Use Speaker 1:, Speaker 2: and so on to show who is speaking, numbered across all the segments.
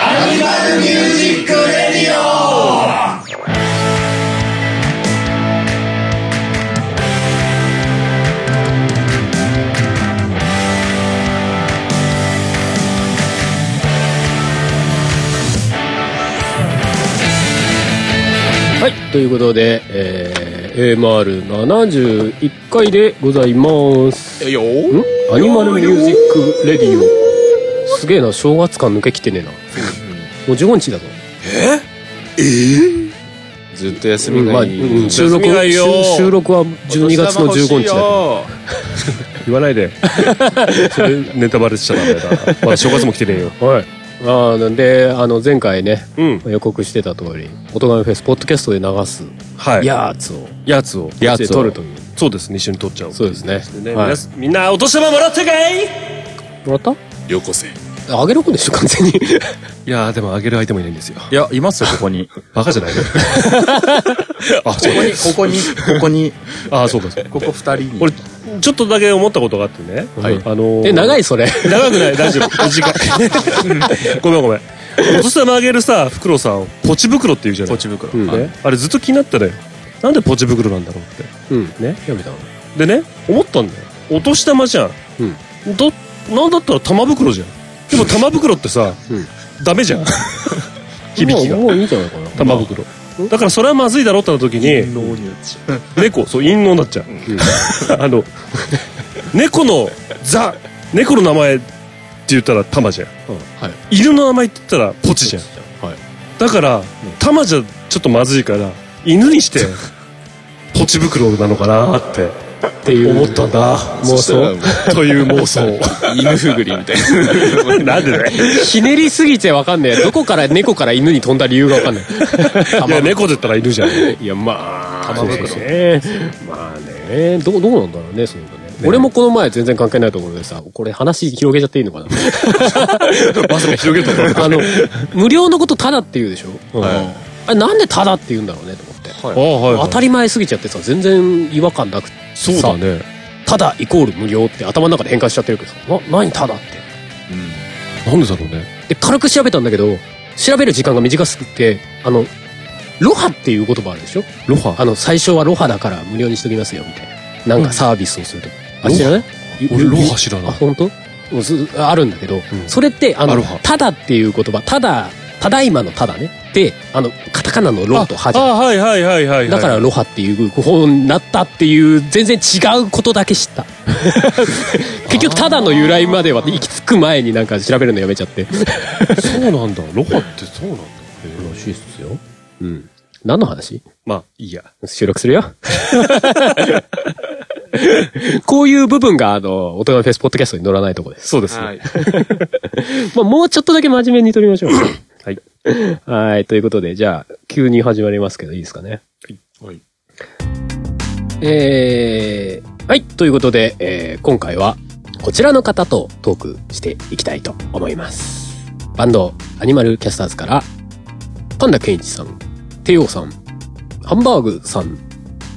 Speaker 1: アニマルミュージックレディオ
Speaker 2: はい、ということで、えー、AMR71 回でございます。
Speaker 3: よ
Speaker 2: んアニマルミュージックレディオ。すげえな、正月感抜けきてねえな。もう15日だぞ。
Speaker 3: ずっと休
Speaker 2: う
Speaker 3: み
Speaker 2: んま
Speaker 3: な
Speaker 2: あ、
Speaker 3: い、
Speaker 2: うん収録、
Speaker 3: がいよ
Speaker 2: 収収録は12月の15日だけど。
Speaker 3: お年玉欲しいよ
Speaker 4: 言わないでそれネタバレしちゃダメだまだ正月も来てねえよ
Speaker 2: はい。あーなんで、あの、前回ね、
Speaker 4: うん
Speaker 2: 予告してた通り、おとがめフェス、ポッドキャストで流す、
Speaker 4: はい
Speaker 2: やーつを、
Speaker 4: やつを
Speaker 2: やつを撮るという。
Speaker 4: そうですね一緒に撮っちゃおう
Speaker 2: そうですね。
Speaker 4: ね
Speaker 2: はい
Speaker 4: 皆さんみんなお年玉もらったかいい
Speaker 2: もらった
Speaker 3: よこせ
Speaker 2: あげろこでしょ、完全に。
Speaker 4: やーでもあげる相手もいないんですよ
Speaker 5: いや、いますよ、ここに。こ
Speaker 4: バカじゃないのあそう
Speaker 5: こに、ここに、ここに、
Speaker 4: あそうかそうか
Speaker 5: ここ二人に。
Speaker 4: 俺ちょっとだけ思ったことがあって
Speaker 2: い
Speaker 4: ね、あのー
Speaker 2: え、長いそれ。
Speaker 4: 長くない大丈夫時間 ごめんごめんお年玉あげるさ袋さんポチ袋って言うじゃない
Speaker 5: ポチ袋。
Speaker 2: うん
Speaker 5: はい
Speaker 2: ね
Speaker 4: あれずっと気になったねなんでポチ袋なんだろうって
Speaker 2: うん。ね、読めたの
Speaker 4: でね思ったんだよお年玉じゃん、どなんだったら玉袋じゃんでも玉袋ってさ、ダメじゃん 響きが
Speaker 2: もうもういいんじゃないかな。
Speaker 4: 玉袋だからそれはまずいだろうってなった時に
Speaker 5: 脳に落ち
Speaker 4: 猫そう陰謀になっちゃう、 あの猫のザ猫の名前って言ったら玉じゃん
Speaker 2: うんはい。
Speaker 4: 犬の名前って言ったらポチじゃん
Speaker 2: はい。
Speaker 4: だから玉じゃちょっとまずいから犬にして ポチ袋なのかなって
Speaker 2: っていう。
Speaker 4: 思ったんだ
Speaker 2: 妄
Speaker 3: そしたら
Speaker 2: 想
Speaker 3: も
Speaker 4: という妄想
Speaker 3: う犬ふぐりみたい
Speaker 4: な
Speaker 3: な
Speaker 4: んでね
Speaker 2: ひねりすぎてわかんねえ。どこから 猫から犬に飛んだ理由がわかん ね
Speaker 4: いや猫だったらいるじゃん
Speaker 2: え。いや、まあ、
Speaker 5: 玉袋
Speaker 2: ね。まあね、どう、どうなんだろうね、そういうのね。俺もこの前全然関係ないところでさ、これ話広げちゃっていいの かな
Speaker 4: まさか広げると思う
Speaker 2: あの、無料のことただって言うでしょあれなんでただって言うんだろうね、と思って。
Speaker 4: あはいはい
Speaker 2: 当たり前すぎちゃってさ、全然違和感なくてさ
Speaker 4: そうだね
Speaker 2: ただイコール無料って頭の中で変換しちゃってるけどさ、な、何ただって。
Speaker 4: なんでだろうね
Speaker 2: で、軽く調べたんだけど、調べる時間が短すぎて、あの、ロハっていう言葉あるでしょ
Speaker 4: ロハ
Speaker 2: あの、最初はロハだから無料にしときますよ、みたいな。なんかサービスをするとか。あ、
Speaker 4: ロハ
Speaker 2: 知らない
Speaker 4: 俺ロハ知らない
Speaker 2: あ、本当？もうずあるんだけど、
Speaker 4: ん
Speaker 2: それって、あ
Speaker 4: ア
Speaker 2: の
Speaker 4: ロハ、
Speaker 2: ただっていう言葉、ただ、ただいまのただね。で、あの、カタカナのロとハじゃん
Speaker 4: あはいはいはいはいはい
Speaker 2: だからロハっていう本になったっていう全然違うことだけ 知った結局ただの由来までは行き着く前になんか調べるのやめちゃって
Speaker 4: そうなんだロハってそうなんだ
Speaker 2: らしいっすようん 何の話
Speaker 4: まあいいや
Speaker 2: 収録するよ こういう部分があの大人のフェスポッドキャストに乗らないとこです、
Speaker 4: そうですね
Speaker 5: はい。
Speaker 2: まあ、もうちょっとだけ真面目に撮りましょう
Speaker 4: はい
Speaker 2: はいということでじゃあ急に始まりますけどいいですかね
Speaker 5: はい。
Speaker 2: えーはい。ということで、えー今回はこちらの方とトークしていきたいと思います。バンド、アニマルキャスターズから、パンダケンイチさん、テヨさん、ハンバーグさん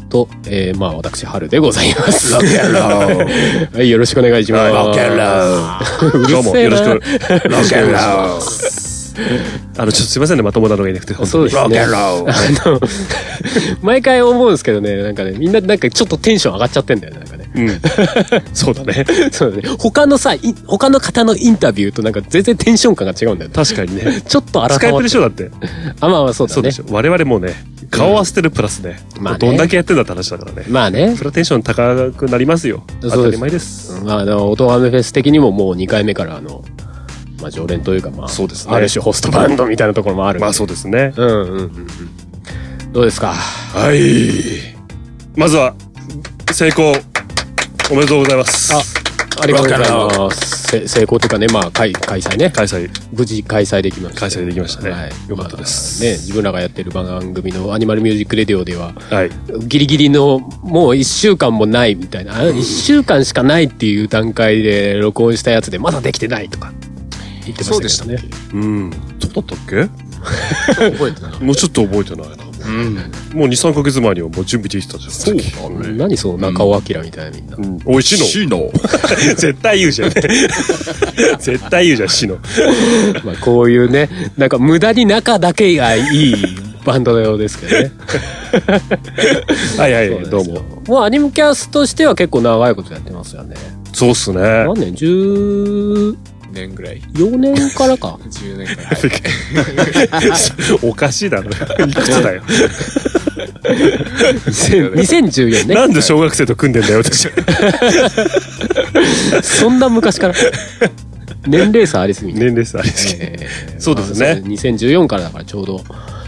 Speaker 2: と、えーまあ私、春でござい ます。はい、よろしくお願いします。
Speaker 1: ロケンロー
Speaker 2: う
Speaker 4: どう
Speaker 2: る
Speaker 4: も
Speaker 2: せえ
Speaker 4: よろし
Speaker 2: な
Speaker 4: く
Speaker 1: ルロケンロー
Speaker 4: あのちょっとすいませんねまともなのがいなくて
Speaker 2: そうです
Speaker 1: ロケ
Speaker 2: ね
Speaker 1: ン。ロ
Speaker 2: あの、毎回思うんですけどね、なんかね、みんななんかちょっとテンション上がっちゃってんだよね、なんかね。
Speaker 4: うんそうだね
Speaker 2: そうだね。他のさ、い他の方のインタビューとなんか全然テンション感が違うんだよね。
Speaker 4: 確かにね
Speaker 2: ちょっと
Speaker 4: スカ
Speaker 2: 改
Speaker 4: イ
Speaker 2: まっ
Speaker 4: プで
Speaker 2: て。
Speaker 4: しょだって
Speaker 2: あ、まあまあそうだ
Speaker 4: そう
Speaker 2: ね
Speaker 4: で。しょ我々もうね顔合わせてるプラスね
Speaker 2: まあね
Speaker 4: どんだけやってんだって話だからね
Speaker 2: まあね
Speaker 4: そ。れはテンション高くなりますよ
Speaker 2: そうで
Speaker 4: 当
Speaker 2: す
Speaker 4: たり前です
Speaker 2: まあ、あの、音メフェス的にももう2回目からあの、まあ常連というかまあ、
Speaker 4: そうですね
Speaker 2: ある種ホストバンドみたいなところもあるんで。
Speaker 4: まあそうですね
Speaker 2: うんうんうんうん。どうですか
Speaker 4: はいまずは成功おめでとうございます
Speaker 2: あ、ありがとうございます。せ成功というかね、まあ開開催ね。
Speaker 4: 開催
Speaker 2: 無事開催できました。
Speaker 4: 開催できましたね
Speaker 2: はい。
Speaker 4: よかったです
Speaker 2: まあね、自分らがやってる番組のアニマルミュージックレディオでは、
Speaker 4: はい
Speaker 2: ギリギリのもう1週間もないみたいな1週間しかないっていう段階で録音したやつでまだできてないとか言ってましたけどね
Speaker 4: うんそうだったっけ
Speaker 5: 覚えてない。
Speaker 4: もうちょっと覚えてないな
Speaker 5: うん。
Speaker 4: もう2、3ヶ月前にはもう準備できてたじゃん。そう
Speaker 2: 何そう、中尾明みたいなみんな。
Speaker 4: 美味しいの
Speaker 3: シノ。
Speaker 4: 絶対言う じゃん。絶対言うじゃん、死の。
Speaker 2: まあこういうね、なんか無駄に中だけがいいバンドのようですけどね。
Speaker 4: はいはいはい、どうも。。
Speaker 2: もうアニメキャスとしては結構長いことやってますよね。
Speaker 4: そうっすね。
Speaker 2: 何年 ?14
Speaker 3: 年ぐらい
Speaker 2: 年からか。
Speaker 3: ?10 年ぐらい。
Speaker 4: おかしいだろ。いくつ だよ。
Speaker 2: 2014年。
Speaker 4: なんで小学生と組んでんだよ、 私。
Speaker 2: そんな昔から。年齢差ありすぎて。
Speaker 4: 年齢差あれですけど。
Speaker 2: えー
Speaker 4: そうですね
Speaker 2: まあ2014からだからちょうど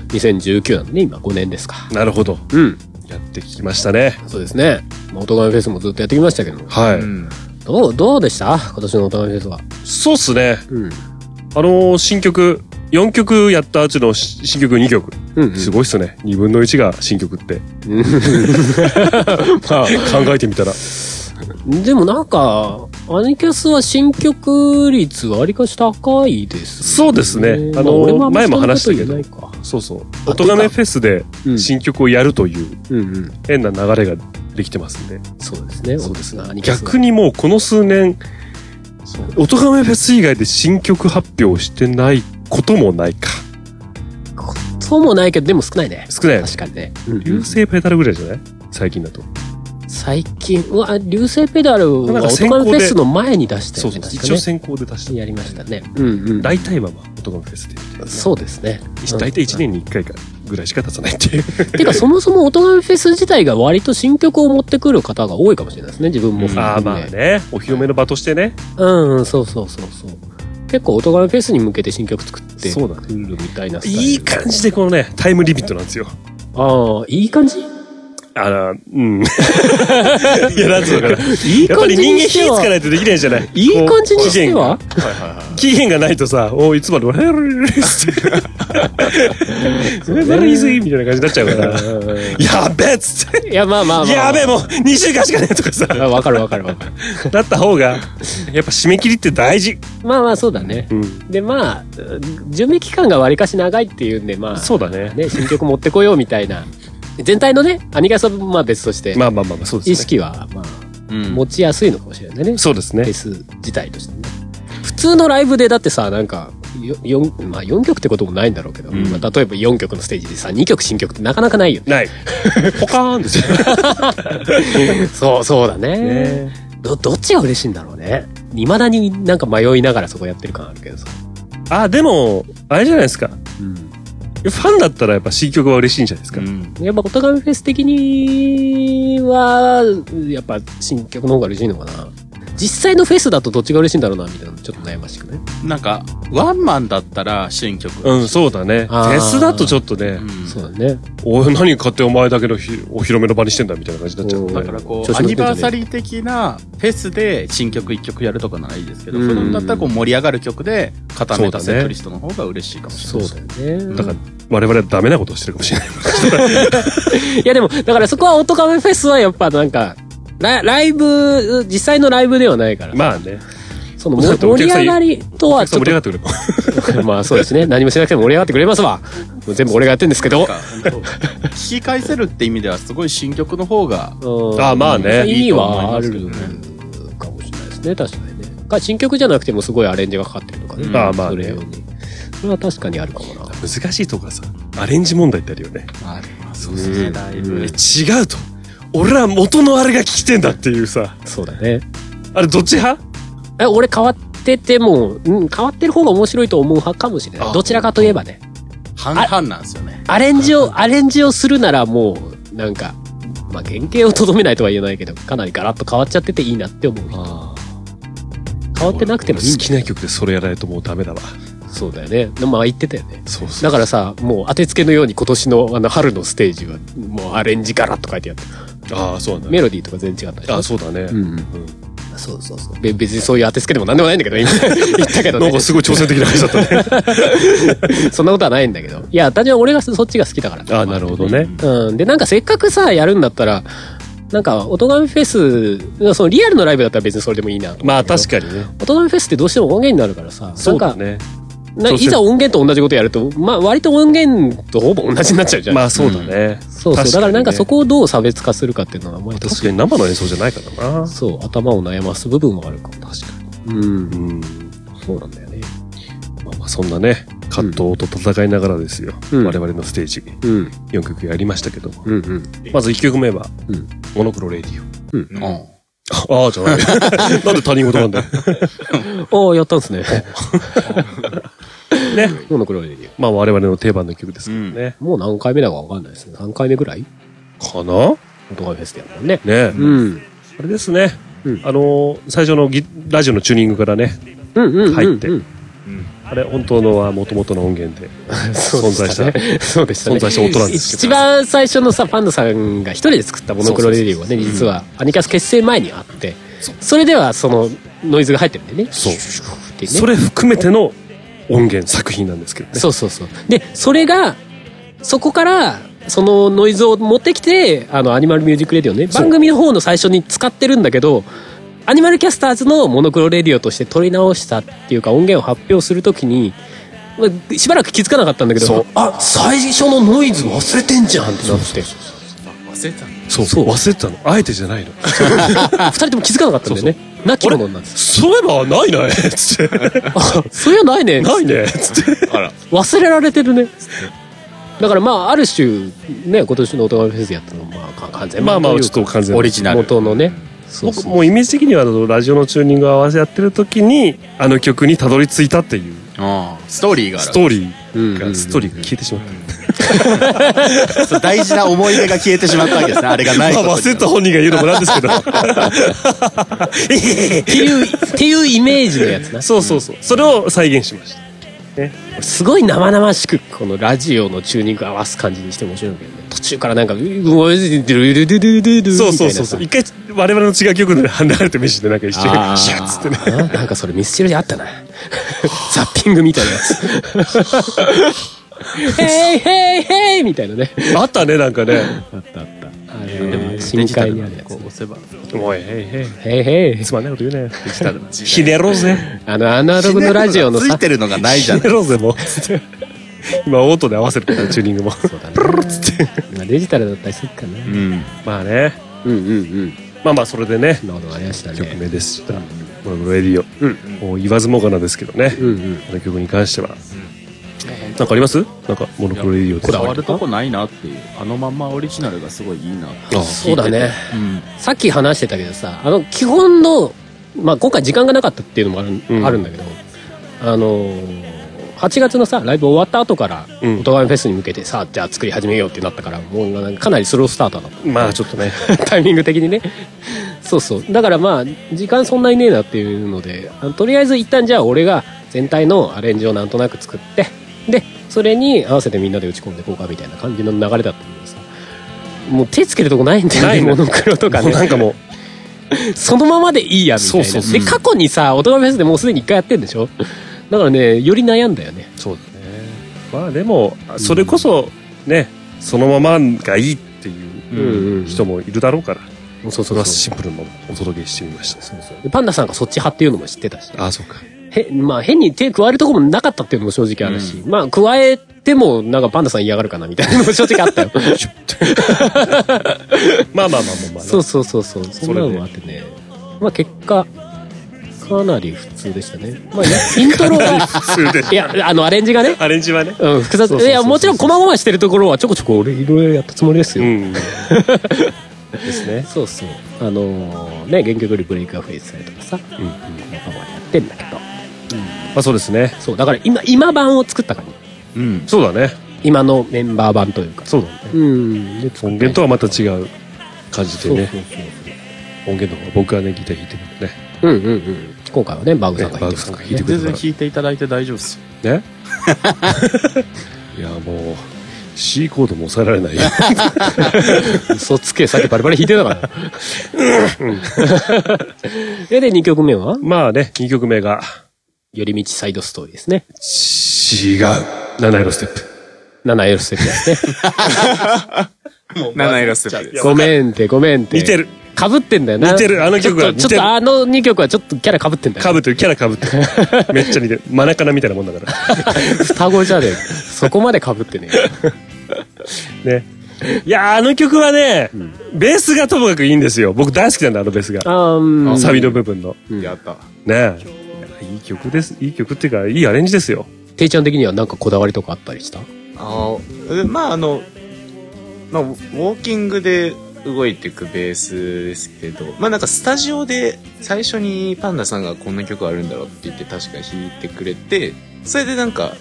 Speaker 2: 2019なんでね、今5年ですか。
Speaker 4: なるほど。
Speaker 2: うん。
Speaker 4: やってきましたね。
Speaker 2: そうですね。まあ、おとがめフェスもずっとやってきましたけども。
Speaker 4: はい。
Speaker 2: どう、どうでした今年のおとがめフェスは。
Speaker 4: そうっすね。
Speaker 2: うん。
Speaker 4: あのー新曲、4曲やったうちのし新曲2曲。
Speaker 2: うん、うん。
Speaker 4: すごいっすね。2分の1が新曲って。
Speaker 2: まあ
Speaker 4: 考えてみたら。
Speaker 2: でもなんか、アニキャスは新曲率わりかし高いです、
Speaker 4: そうですね。あ
Speaker 2: ま
Speaker 4: の
Speaker 2: 俺もあ
Speaker 4: ー
Speaker 2: んま
Speaker 4: 前
Speaker 2: そん
Speaker 4: も
Speaker 2: なこと
Speaker 4: 話したけ
Speaker 2: 言え
Speaker 4: ど
Speaker 2: ない。か
Speaker 4: そうそう。
Speaker 2: あ
Speaker 4: 音がめフェスで
Speaker 2: うん
Speaker 4: 新曲をやるという
Speaker 2: うんうん。
Speaker 4: 変な流れができてますんで。
Speaker 2: そうですね。そうですね。アニキャスは
Speaker 4: 逆にもうこの数年、音がめフェス以外で新曲発表してないこともないか。
Speaker 2: そうもないけど、でも少ないね。
Speaker 4: 少ないよね
Speaker 2: 確かにね。
Speaker 4: 流星ペダルぐらいじゃない最近だと。
Speaker 2: 最近、うわ、流星ペダル
Speaker 4: なん
Speaker 2: は
Speaker 4: か
Speaker 2: オ
Speaker 4: 先
Speaker 2: ト
Speaker 4: 行で
Speaker 2: ガメフェスの前に出した
Speaker 4: そ
Speaker 2: よ
Speaker 4: う
Speaker 2: ね。
Speaker 4: そう。
Speaker 2: 確か
Speaker 4: 一応先行で出し
Speaker 2: ね。
Speaker 4: た。
Speaker 2: やりましたね。うんうん。
Speaker 4: 大体はまあ、音がめフェスで。
Speaker 2: そうですね。
Speaker 4: 大体1年に1回かぐらいしか経たないっていう。
Speaker 2: てか、そもそもオトガメフェス自体が割と新曲を持ってくる方が多いかもしれないですね。自分も含め
Speaker 4: ああまあね。お披露目の場としてね。
Speaker 2: うんうん、そうそうそうそう。結構、オトガメフェスに向けて新曲作ってく
Speaker 4: そうだ
Speaker 2: るみたいなスタイル。
Speaker 4: いい感じでこのね、タイムリミットなんですよ。
Speaker 2: ああ、いい感じ
Speaker 4: あら、う ん。いや、なんつうのかな。
Speaker 2: いい
Speaker 4: やっぱ
Speaker 2: 感
Speaker 4: り
Speaker 2: じ
Speaker 4: 人
Speaker 2: に
Speaker 4: 間火
Speaker 2: して
Speaker 4: つか
Speaker 2: は、
Speaker 4: ないとできないじゃない。
Speaker 2: いい感じにして
Speaker 4: こ
Speaker 2: は
Speaker 4: う期限が期限がないとさ、おい、いつまでも、ヘルルルルって。そ れならいいぜみたいな感じになっちゃうから。やべえっつって。
Speaker 2: いや、まあまあまあ。
Speaker 4: やべえもう2週間しかねえとかさ。
Speaker 2: あわかるわかるわかる。
Speaker 4: だった方が、やっぱ締め切りって大事。
Speaker 2: まあまあ、そうだね。
Speaker 4: うん。
Speaker 2: で、まあ、準備期間がわりかし長いっていうんで、まあ、
Speaker 4: そうだね。
Speaker 2: ね、新曲持ってこようみたいな。全体のね、アニキャスはまあ別として、
Speaker 4: まあまあまあまあ、そうですね。
Speaker 2: 意識は、ま
Speaker 3: う
Speaker 2: あ、
Speaker 3: ん。
Speaker 2: 持ちやすいのかもしれないね。
Speaker 4: そうです
Speaker 2: フ
Speaker 4: ね
Speaker 2: ェ。ス自体としてね。普通のライブでだってさ、なんか、よ4、まあ4曲ってこともないんだろうけど、
Speaker 3: ん
Speaker 2: まあ例えば4曲のステージでさ、2曲新曲ってなかなかないよね。
Speaker 4: ない。ポカーンですよ。
Speaker 2: そう、そうだねど、どっちが嬉しいんだろうね。未だになんか迷いながらそこやってる感あるけどさ。
Speaker 4: あ、でも、あれじゃないですか。ファンだったらやっぱ新曲は嬉しいんじゃないですか。
Speaker 5: うん。
Speaker 2: やっぱ、お互いフェス的には、やっぱ新曲の方が嬉しいのかな。実際のフェスだとどっちが嬉しいんだろうな、みたいなのちょっと悩ましくね。
Speaker 5: なんか、ワンマンだったら新曲。
Speaker 4: うん、そうだね。フ
Speaker 2: あー
Speaker 4: ェスだとちょっとね、
Speaker 5: ん
Speaker 2: そうだね。
Speaker 4: おい何勝手にお前だけのひお披露目の場にしてんだみたいな感じになっちゃう。
Speaker 2: うん
Speaker 5: だからこ
Speaker 2: 調
Speaker 5: う、
Speaker 2: 子
Speaker 5: ア
Speaker 2: 乗って
Speaker 5: ニ
Speaker 2: んじゃねえ
Speaker 5: バーサリー的なフェスで新曲一曲やるとかならいいですけど、
Speaker 2: うん
Speaker 5: それだったらこう盛り上がる曲で固めたセットリストの方が嬉しいかもしれ
Speaker 2: そ
Speaker 5: な
Speaker 2: う
Speaker 5: い。
Speaker 2: だよね。
Speaker 4: だから、我々はダメなことをしてるかもしれない。
Speaker 2: いやでも、だからそこはオトカメフェスはやっぱなんか、ラライブ、実際のライブではないから、
Speaker 4: まあね。
Speaker 2: その
Speaker 4: そうだってお
Speaker 2: 盛
Speaker 4: 客
Speaker 2: り
Speaker 4: さん
Speaker 2: 上がりとはち
Speaker 4: そう
Speaker 2: ょっ
Speaker 4: 盛り上が
Speaker 2: と、
Speaker 4: ってくれば。
Speaker 2: まあそうですね。何もしなくても盛り上がってくれますわ。もう全部俺がやってんですけど。
Speaker 5: なんか聞き返せるって意味ではすごい新曲の方が
Speaker 2: うん
Speaker 4: あまあね
Speaker 2: 意味はあ
Speaker 5: いいと
Speaker 2: る
Speaker 5: 思います
Speaker 2: かもしれないですね、確かにね。か新曲じゃなくてもすごいアレンジがかかってるとかね。
Speaker 5: うん
Speaker 4: まあまあ
Speaker 2: そ
Speaker 4: ね
Speaker 2: れ用に。それは確かにあるかもな。
Speaker 4: 難しいとこがさ、アレンジ問題ってあるよね。
Speaker 5: ありますね、だいぶ。
Speaker 4: え違うと。俺は元のあれが聞きてんだっていうさ。
Speaker 2: そうだね。
Speaker 4: あれどっち派
Speaker 2: え、俺変わってても、うん、変わってる方が面白いと思う派かもしれない。
Speaker 4: あ
Speaker 2: どちらかといえばね。
Speaker 5: 半々なんですよね。
Speaker 2: アレンジを、アレンジをするならもう、なんか、まあ、原型をとどめないとは言えないけど、かなりガラッと変わっちゃってていいなって思う人。変わってなくてもいいん
Speaker 4: 好
Speaker 2: だ
Speaker 4: きな曲でそれやらないともうダメだわ。
Speaker 2: そうだよね。でもまあ言ってたよね。
Speaker 4: そうそう。
Speaker 2: だからさ、もう当てつけのように今年のあの春のステージは、もうアレンジガラッと書いてあって、
Speaker 4: ああ、そうなんだ。
Speaker 2: メロディーとか全然違ったでしょ
Speaker 4: あそうだね。
Speaker 2: うん
Speaker 4: うん
Speaker 2: そうそうそう。べ別にそういう当てつけでもなんでもないんだけど、今 言ったけど
Speaker 4: なん
Speaker 2: ね
Speaker 4: か。すごい挑戦的な話だったね。
Speaker 2: そんなことはないんだけど。いや、単純に俺がそそっちが好きだから。
Speaker 4: あなるほどね。
Speaker 2: うん。で、なんかせっかくさ、やるんだったら、なんか、音楽フェス、そのリアルのライブだったら別にそれでもいいなと思うけど。
Speaker 4: まあ確かにね。
Speaker 2: 音楽フェスってどうしても音源になるからさ、
Speaker 4: そう
Speaker 2: な
Speaker 4: だ
Speaker 2: んか、
Speaker 4: ね。
Speaker 2: な
Speaker 4: そう
Speaker 2: いざ音源と同じことやると、まあ、割と音源とほぼ同じになっちゃうじゃん。
Speaker 4: まあそうだね。
Speaker 2: そうそう。
Speaker 4: 確かにね
Speaker 2: だからなんかそこをどう差別化するかっていうのは、割と
Speaker 4: 確かに生の演奏じゃないからな。
Speaker 2: そう、頭を悩ます部分はあるかも。確かに。うん
Speaker 4: う。ん。
Speaker 2: そうなんだよね。
Speaker 4: まあまあそんなね、葛藤と戦いながらですよ。
Speaker 2: うん
Speaker 4: 我々のステージ、
Speaker 2: うん。
Speaker 4: 4曲やりましたけども。
Speaker 2: うんうん。
Speaker 4: まず1曲目は、
Speaker 2: うん
Speaker 4: モノクロレディ
Speaker 3: うん。
Speaker 4: オ。ああ、じゃない。 なんで他人事なん だよ。
Speaker 2: ああ、やったんですね。
Speaker 4: ね。
Speaker 2: モノクロレディ
Speaker 4: まあ我々の定番の曲ですけどね。
Speaker 2: オ。もう何回目だかわかんないですね。3回目ぐらい
Speaker 4: かな
Speaker 2: 音がフェスでやるもんね。
Speaker 4: ね、
Speaker 2: うん。
Speaker 4: あれですね。
Speaker 2: うん
Speaker 4: あのー最初のギラジオのチューニングからね、
Speaker 2: うんうんうんうん。
Speaker 4: 入って
Speaker 2: うん
Speaker 4: あれ本当のは元々の音源で
Speaker 2: そう
Speaker 4: 存
Speaker 2: で
Speaker 4: 在し
Speaker 2: した
Speaker 4: た。
Speaker 2: ね。そうでした ね。
Speaker 4: 存在した音なんですけ
Speaker 2: 一
Speaker 4: ど。
Speaker 2: 番最初のさパンダさんが一人で作ったモノクロレディオはね実はアニキャス結成前にあってそれではそのノイズが入ってるんでね
Speaker 4: そう
Speaker 2: シュシュシュってね
Speaker 4: それ含めての音源作品なんですけどね。
Speaker 2: そうそうそうでそれがそこからそのノイズを持ってきてあのアニマルミュージックレディオね
Speaker 4: そう
Speaker 2: 番組の方の最初に使ってるんだけどアニマルキャスターズのモノクロレディオとして取り直したっていうか音源を発表するときにまあしばらく気づかなかったんだけど
Speaker 4: そう
Speaker 2: あ最初のノイズ忘れてんじゃんってなっ
Speaker 5: 忘
Speaker 2: て
Speaker 5: れてたんだ
Speaker 4: そう
Speaker 2: そう
Speaker 4: 忘れてたの。あえてじゃないの。
Speaker 2: あ二人とも気づかなかったんだよね。なきものなんです。
Speaker 4: そういえばないね。つって。
Speaker 2: あ、そういやないね。
Speaker 4: ないね。つって。
Speaker 3: あら。
Speaker 2: 忘れられてるね。だからまあ、ある種、ね、今年のオトガメフェスやったのは、まあ、か完全
Speaker 4: まあまあ、
Speaker 2: とい
Speaker 4: ちょ
Speaker 2: う
Speaker 4: っ
Speaker 2: か
Speaker 4: と完全
Speaker 3: オリジナル。
Speaker 2: 元のね。そう
Speaker 4: 僕
Speaker 2: そう
Speaker 4: もうイメージ的にはあのラジオのチューニングを合わせやってる時にあの曲にたどり着いたっていう
Speaker 3: あ
Speaker 5: ストーリーがあ
Speaker 4: ス
Speaker 5: る
Speaker 4: トーリ
Speaker 2: うん
Speaker 4: ー
Speaker 2: うんうん
Speaker 4: がストーリーが消えてしまった、
Speaker 3: あ。大事な思い出が消えてしまったわけですね。あれがないことに
Speaker 4: まあ忘れた本人が言うのもなんですけどえへへ
Speaker 2: っていう、っていうイメージのやつな。
Speaker 4: そうそうそうそれを再現しました
Speaker 2: すごい生々しく、このラジオのチューニング合わす感じにして面白いんだけどね。途中からなんか、うーうわうードゥルルルルルルル
Speaker 4: そうそうそうそう
Speaker 2: み
Speaker 4: 一回我々の違う曲で離れて飯でなんか一
Speaker 2: たいな
Speaker 4: 緒にシ
Speaker 2: さ
Speaker 4: ャッつってね
Speaker 2: あーなんかそれミスチルであったな。ザッピングみたいなやつ。ヘイヘイヘイみたいなね。
Speaker 4: あったねなんかね
Speaker 2: あったあった。あれ深海にあるやつ
Speaker 5: こう。押せば
Speaker 4: おいへいへい
Speaker 2: へいへい
Speaker 4: つ。まんないこと言うねひねろうぜ
Speaker 2: あの、アナログのラジオの
Speaker 3: つい
Speaker 2: さ、
Speaker 3: てるのがないじゃ
Speaker 4: ひ
Speaker 3: ん
Speaker 4: ね。ろうぜもうつって今オートで合わせるからチューニングも
Speaker 2: そうだね。まあデジタルだったりするかな。うん
Speaker 3: うん。
Speaker 4: まあね
Speaker 2: うんうん。
Speaker 4: まあまあそれでね
Speaker 2: そんなことがありました
Speaker 4: 曲
Speaker 2: ね。
Speaker 4: 名でした「モノロエディオ」もう言わずもがなですけどね、
Speaker 2: うんうん。
Speaker 4: あの曲に関しては、なんかありますなんかモノクロレディオって
Speaker 5: こだわるとこないなっていうあのまんまオリジナルがすごいいいなって
Speaker 2: そうだね。
Speaker 5: うん
Speaker 2: さっき話してたけどさ、あの、基本の、まあ今回時間がなかったっていうのもある,、
Speaker 4: うん
Speaker 2: あるんだけど、あのー、8月のさ、ライブ終わった後から、
Speaker 4: うん
Speaker 2: オトガメフェスに向けてさあ、じゃあ作り始めようってなったから、もうなんかかなりスロースターターだった。
Speaker 4: まあちょっとね
Speaker 2: タイミング的にね。そうそう。だからまあ、時間そんなにねえなっていうので、あのとりあえず一旦じゃあ俺が全体のアレンジをなんとなく作って、で、それに合わせてみんなで打ち込んでいこうかみたいな感じの流れだったんでさ。もう手つけるとこないんだよ
Speaker 4: な
Speaker 2: ね、
Speaker 4: いね
Speaker 2: モノクロとか
Speaker 4: もう
Speaker 2: ね。
Speaker 4: なんかもう
Speaker 2: そのままでいいやみたいな。
Speaker 4: そうそうそう
Speaker 2: で、過去にさ、音楽フェスでもうすでに一回やってんでしょだからね、より悩んだよね。
Speaker 4: そうだねまあでもそれこそねそのままがいいっていう
Speaker 2: うんうん
Speaker 4: 人もいるだろうから、
Speaker 2: そう
Speaker 4: そ
Speaker 2: そ
Speaker 4: れ
Speaker 2: う
Speaker 4: は
Speaker 2: そ
Speaker 4: シンプルなのをお届けしてみまし
Speaker 2: う。
Speaker 4: た
Speaker 2: でパンダさんがそっち派っていうのも知ってたし。
Speaker 4: ああそうか
Speaker 2: へまあ変に手加えるとこもなかったっていうのも正直あるし、まあ加えてもなんかパンダさん嫌がるかなみたいなのも正直あったよ。
Speaker 4: まあまあまあまあま あ、
Speaker 2: そうそうそうそう。そんなのもあってね。まあ結果、かなり普通でしたね。ま あイントロが、
Speaker 4: 普通で
Speaker 2: いや、あのアレンジがね、
Speaker 4: アレンジはね
Speaker 2: うん、複雑。
Speaker 4: そうそうそうそう
Speaker 2: いや、もちろん細々してるところはちょこちょこ俺いろいろやったつもりです
Speaker 4: う
Speaker 2: よ。
Speaker 4: んですね
Speaker 2: そうそう。あのーね、原曲よりブレイクアフェイスされとかさ、うん、細々やってんだけど。
Speaker 4: まあそうですね
Speaker 2: そう、だから今、今版を作った感じ。
Speaker 5: うん
Speaker 4: そうだね
Speaker 2: 今のメンバー版というか。
Speaker 4: そうだね
Speaker 2: うん。で、
Speaker 4: 音源とはまた違う感じで
Speaker 2: そう
Speaker 4: ね
Speaker 2: そうそう。
Speaker 4: 音源の方が僕はねギター弾いてるんでね
Speaker 2: うんうんうん。今回はね、バグさんが弾いてますから
Speaker 4: ね
Speaker 2: ね。
Speaker 4: バグさんが
Speaker 5: 全然
Speaker 4: 弾いてくれたから
Speaker 5: 弾いていただいて大丈夫ですよ
Speaker 4: ね いやもう C コードも抑えられないよ
Speaker 2: 嘘つけ、さっきバリバリ弾いてたから。 え、で、2曲目は
Speaker 4: まあね2曲目が
Speaker 2: 寄り道サイドストーリーですね。
Speaker 4: 違う七色ステップ
Speaker 2: 7エルステップですね。
Speaker 3: 七色ステップ
Speaker 2: ごめんって、ごめんって。
Speaker 4: 似てる
Speaker 2: かぶってんだよな
Speaker 4: 似てるあの曲
Speaker 2: ちょっ
Speaker 4: が
Speaker 2: とちょっとあの2曲はちょっとキャラかぶってんだよ
Speaker 4: かぶってるキャラかぶっ てるめっちゃ似てるマナカナみたいなもんだから
Speaker 2: 双子じゃねえそこまでかぶってねえよ
Speaker 4: ねいやーあの曲はね、ベースがともかくいいんですよ僕大好きなんだあのベースが
Speaker 2: あー うん
Speaker 4: サビの部分の
Speaker 5: やった。
Speaker 4: ねえいい曲ですいい曲っていうかいいアレンジですよ
Speaker 2: ていちゃん的にはなんかこだわりとかあったりした
Speaker 5: ああ、えまああの、まあ、ウォーキングで動いていくベースですけど、まあなんかスタジオで最初にパンダさんがこんな曲あるんだろうって言って確か弾いてくれて、それでなんか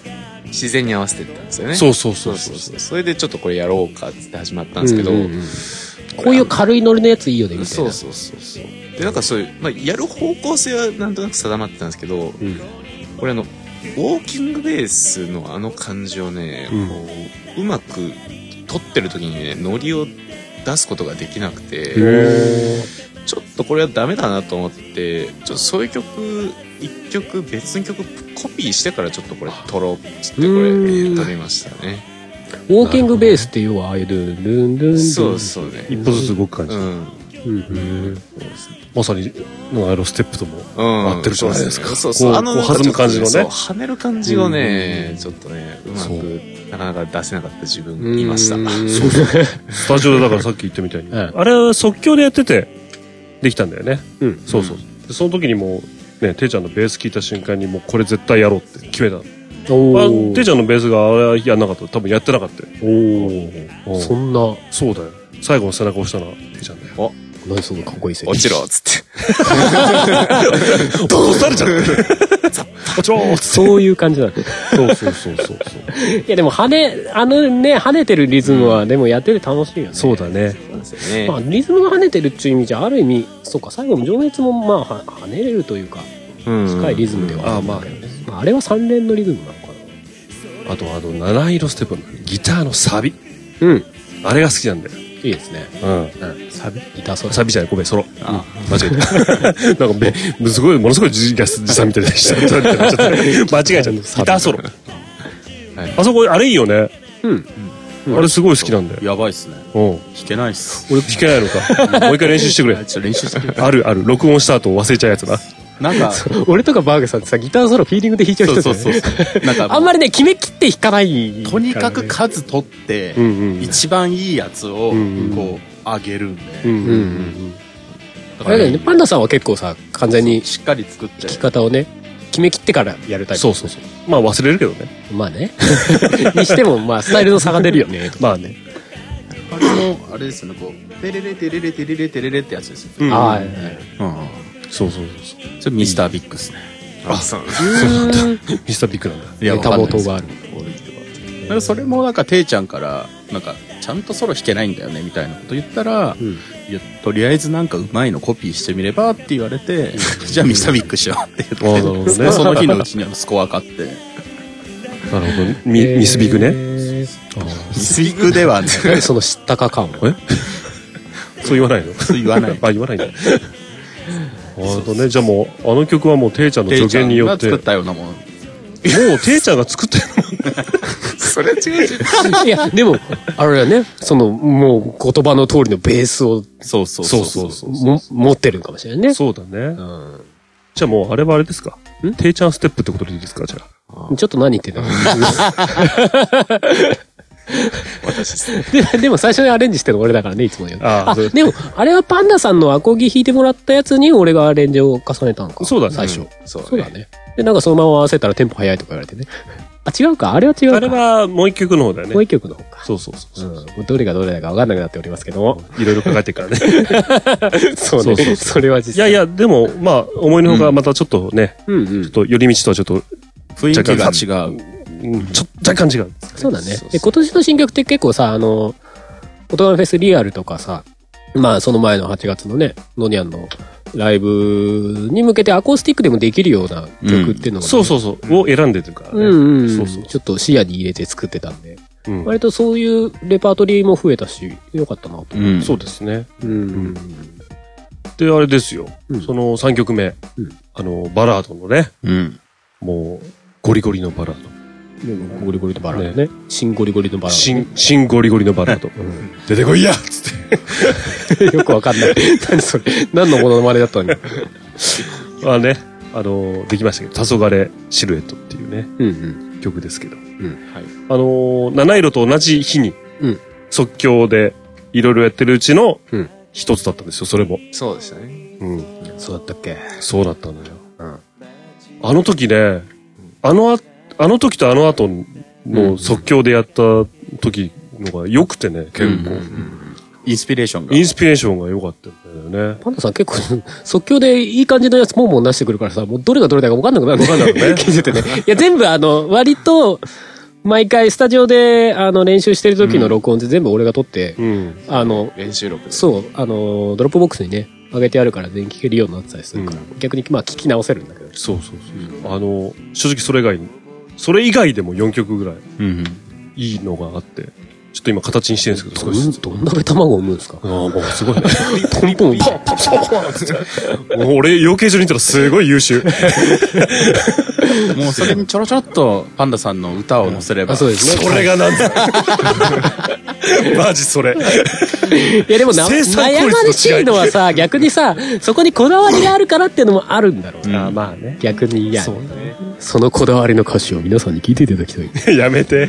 Speaker 5: 自然に合わせてったんですよね。
Speaker 4: そうそうそ
Speaker 5: そうう
Speaker 4: そ
Speaker 5: そううそう。それでちょっとこれやろうかっつって始まったんですけど、
Speaker 2: うんうんうんこういう軽いノリのやついいよねみたいな
Speaker 5: そうそうそうそう。で、なんかそういう、まあやる方向性はなんとなく定まってたんですけど、
Speaker 2: ん
Speaker 5: これあの、ウォーキングベースのあの感じをね、
Speaker 4: うん
Speaker 5: こううまく撮ってる時にね、ノリを出すことができなくて、ちょっとこれはダメだなと思って、ちょっとそういう曲、一曲別の曲コピーしてからちょっとこれ撮ろうっつってこれ
Speaker 2: うん
Speaker 5: 撮りましたね。
Speaker 2: ウォーキングベースって要はああいうルンルンルンルン
Speaker 5: そうそうね。
Speaker 4: 一歩ずつ動く感じ、
Speaker 5: うん。
Speaker 2: うんうん
Speaker 4: まさにのあのステップとも
Speaker 5: 合
Speaker 4: ってるじゃないですか
Speaker 5: そうそう
Speaker 4: こう
Speaker 5: あの
Speaker 4: こう弾む感じのね
Speaker 5: そう跳ねる感じをね、ちょっとね、うまく、なかなか出せなかった自分がいました。
Speaker 2: そうそう
Speaker 4: スタジオでだからさっき言ったみたいに、
Speaker 2: うん
Speaker 4: あれは即興でやっててできたんだよね、
Speaker 2: うん
Speaker 4: そうそうでその時にもうねていちゃんのベース聞いた瞬間にもうこれ絶対やろうって決めたのあ
Speaker 2: お
Speaker 4: ていちゃんのベースがあれはやんなかったら多分やってなかったよ
Speaker 2: おそんな
Speaker 4: そうだよ最後の背中押したのはていちゃんだよ
Speaker 2: 何そのかっこいいセリ
Speaker 5: 落
Speaker 2: フ
Speaker 5: ちろっつって。
Speaker 4: 落とされちゃって落ちろーっつっ
Speaker 2: そういう感じなの
Speaker 4: てそうそうそうそうそう
Speaker 2: いやでも跳ねあのね跳ねてるリズムはでもやってて楽しいよね、
Speaker 4: そうだね
Speaker 5: そうなんですよね。
Speaker 2: まあ、リズムが跳ねてるっていう意味じゃある意味そうか最後の情熱もまあは跳ねれるというか
Speaker 5: うん
Speaker 2: 深いリズムではあるんだけどね、まあ、あれは3連のリズムなのかな
Speaker 4: あとあの七色ステップのギターのサビ
Speaker 2: うん
Speaker 4: あれが好きなんだよ
Speaker 2: いいですね
Speaker 4: うんサビ
Speaker 2: ギターソロ
Speaker 4: サビじゃないごめんソロ間違えたなんかめすごいものすごい字が字さんみたいでした間違えちゃったギターソロ
Speaker 5: はい
Speaker 4: あそこあれいいよね
Speaker 2: うん
Speaker 4: あれすごい好きなんだよ
Speaker 3: やばいっすね。
Speaker 4: うん
Speaker 3: 弾けないっす。
Speaker 4: 俺弾けないのかもう一回練習してくれ
Speaker 3: ちょっと練習してくれ。
Speaker 4: あるある録音した後忘れちゃうやつな
Speaker 3: なんか、 そ
Speaker 2: 俺とかバーグさんってさギターソロフィーリングで弾いちゃう人
Speaker 3: う
Speaker 2: です
Speaker 3: そ
Speaker 2: よ
Speaker 3: う
Speaker 2: ね
Speaker 3: そうそう。なんか、
Speaker 2: あんまりね決めきって弾かない
Speaker 3: とにかく数取って、
Speaker 4: うんうん
Speaker 3: 一番いいやつを、
Speaker 4: んうん
Speaker 3: こう、あげるんで。
Speaker 4: うん
Speaker 2: う
Speaker 4: うん
Speaker 2: うんんあれだよねパンダさんは結構さ完全に
Speaker 3: しっかり作って
Speaker 2: 弾き方をね決めきってからやるタイプ
Speaker 4: そうそうそうまあ忘れるけどね
Speaker 2: まあね にしてもまあスタイルの差が出るよね
Speaker 4: まあね
Speaker 3: あれもあれですよねこうテレレテレレテレレテレレってやつですよ、
Speaker 4: うん
Speaker 2: ああ
Speaker 3: うん、
Speaker 4: そうそうそうそ
Speaker 3: それミスタービッグですね
Speaker 5: あ、そう。
Speaker 4: うミスタービッグなんだ
Speaker 3: いや
Speaker 2: ネタ冒頭がある
Speaker 3: だからそれもなんかていちゃんからなんかちゃんとソロ弾けないんだよねみたいなこと言ったら、
Speaker 2: ん
Speaker 3: いやとりあえずなんかうまいのコピーしてみればって言われてじゃあミスタービッグしようって
Speaker 4: あ
Speaker 3: 言
Speaker 4: あな
Speaker 3: っ
Speaker 4: る
Speaker 3: て、
Speaker 4: ほどね
Speaker 3: その日のうちにあのスコア買って
Speaker 4: なるほどミミスビッグね
Speaker 2: ね
Speaker 3: ミスビッグではね
Speaker 2: 何その知ったか感は
Speaker 4: そう言わないの
Speaker 3: そう言わない
Speaker 4: あ言わないんだあとねじゃあもうあの曲はもうていちゃんの助言によって
Speaker 3: ていちゃ
Speaker 4: も
Speaker 3: んが作ったようなもの
Speaker 4: うていちゃんが作ったよ
Speaker 5: それは違う違う。
Speaker 2: いやでもあれだねそのもう言葉の通りのベースを
Speaker 3: そうそう
Speaker 2: も持ってるかもしれないね
Speaker 4: そうだね
Speaker 2: うん
Speaker 4: じゃあもうあれはあれですか
Speaker 2: ん
Speaker 4: ていちゃんステップってことでいいですかじゃあ
Speaker 2: ちょっと何言ってんだろう ででも最初にアレンジしてるの俺だからねいつも言う
Speaker 4: あ
Speaker 2: あ
Speaker 4: そう
Speaker 2: でもあれはパンダさんのアコギ弾いてもらったやつに俺がアレンジを重ねたのか
Speaker 4: そうだね
Speaker 2: 最初、
Speaker 5: そうだね
Speaker 2: そうだねでなんかそのまま合わせたらテンポ早いとか言われてねあ違うかあれは違うか
Speaker 4: あれはもう一曲の方だよね
Speaker 2: もう一曲の方か
Speaker 4: そうそうそう
Speaker 2: うん、もうどれがどれだか分かんなくなっておりますけども
Speaker 4: いろいろかかってからね
Speaker 2: そう ねそれは実
Speaker 4: いや
Speaker 2: 際
Speaker 4: いや、でも、まあ、思いのほか、またちょっとね、
Speaker 2: うんうん
Speaker 4: ちょっと寄り道とはちょっと、
Speaker 3: 雰囲気が違う
Speaker 4: うんちょっと若干違う。
Speaker 2: そうだね。で、今年の新曲って結構さ、あの、大人フェスリアルとかさ、まあその前の8月のね、ノニャンのライブに向けてアコースティックでもできるような曲っていうのがね、
Speaker 4: そうそうそう。を選んでというかね。
Speaker 2: うんうん。
Speaker 4: そうそう。
Speaker 2: ちょっと視野に入れて作ってたんで、
Speaker 4: うん
Speaker 2: 割とそういうレパートリーも増えたし、よかったなと。
Speaker 3: うん
Speaker 4: そうですね。
Speaker 2: うん。
Speaker 4: で、あれですよ
Speaker 2: うん。
Speaker 4: その3曲目
Speaker 2: うん。
Speaker 4: あの、バラードのね、
Speaker 3: うん
Speaker 4: もう、ゴリゴリのバラード。
Speaker 2: ゴリゴリのバラード
Speaker 4: ね
Speaker 2: ね。新ゴリゴリのバラー
Speaker 4: 新、新ゴリゴリのバラード。出てこいやつっ
Speaker 2: ド。 よくわかんない。 何それ。何のものまねだったのか。
Speaker 4: て。まあね、あの、できましたけど、黄昏シルエットっていうね、
Speaker 2: うんうん。
Speaker 4: 曲ですけど。うん
Speaker 5: はい
Speaker 4: あのー、七色と同じ日に
Speaker 2: うん、
Speaker 4: 即興でいろいろやってるうちの
Speaker 2: うん、
Speaker 4: 一つだったんですよ、それも。
Speaker 5: そうでしたね。
Speaker 4: うん。
Speaker 2: そうだったっけ。
Speaker 4: そうだったのよ。
Speaker 2: うん
Speaker 4: あの時ね、あのあ、あの時とあの後の即興でやった時のが良くてね、結構。
Speaker 3: インスピレーションが
Speaker 4: イ。ンスピレーションが良かったんだよね。
Speaker 2: パンダさん結構、即興でいい感じのやつ、もんもん出してくるからさ、もうどれがどれだか分かんなくなるね。
Speaker 4: 分かんなくなるね
Speaker 2: 聞いててね。 いや、全部あの、割と、毎回スタジオで、あの、練習してる時の録音で全部俺が撮って、
Speaker 4: うん。
Speaker 2: あの、
Speaker 5: 練習録で。
Speaker 2: そう、あの、ドロップボックスにね、上げてあるから全然聞けるようになってたりするから、逆に、まあ、聞き直せるんだけど。
Speaker 4: そうそうそう。あの、正直それ以外に、それ以外でも4曲ぐらい
Speaker 3: うん
Speaker 4: いいのがあって、ちょっと今形にしてるんですけど、
Speaker 2: ど
Speaker 4: 少しず
Speaker 2: ん
Speaker 4: つ。
Speaker 2: どんだけ卵を産むんですか
Speaker 4: ああ、もうすご いね。ポンポン、ポンポン、ポンポン俺、養鶏場にいたらすごい優秀。
Speaker 3: うんもうそれにちょろちょろっとパンダさんの歌を載せれば。
Speaker 2: あ、そう ですね。
Speaker 4: それがなんだ。マジそれ。
Speaker 2: いやでもな
Speaker 4: 生産
Speaker 2: 悩
Speaker 4: 効率の
Speaker 2: まし
Speaker 4: 違い
Speaker 2: いのはさ、逆にさ、そこにこだわりがあるからっていうのもあるんだろうな。
Speaker 4: まあね。
Speaker 2: 逆にいや、そのこだわりの歌詞を皆さんに聞いていただき たい。
Speaker 4: やめて。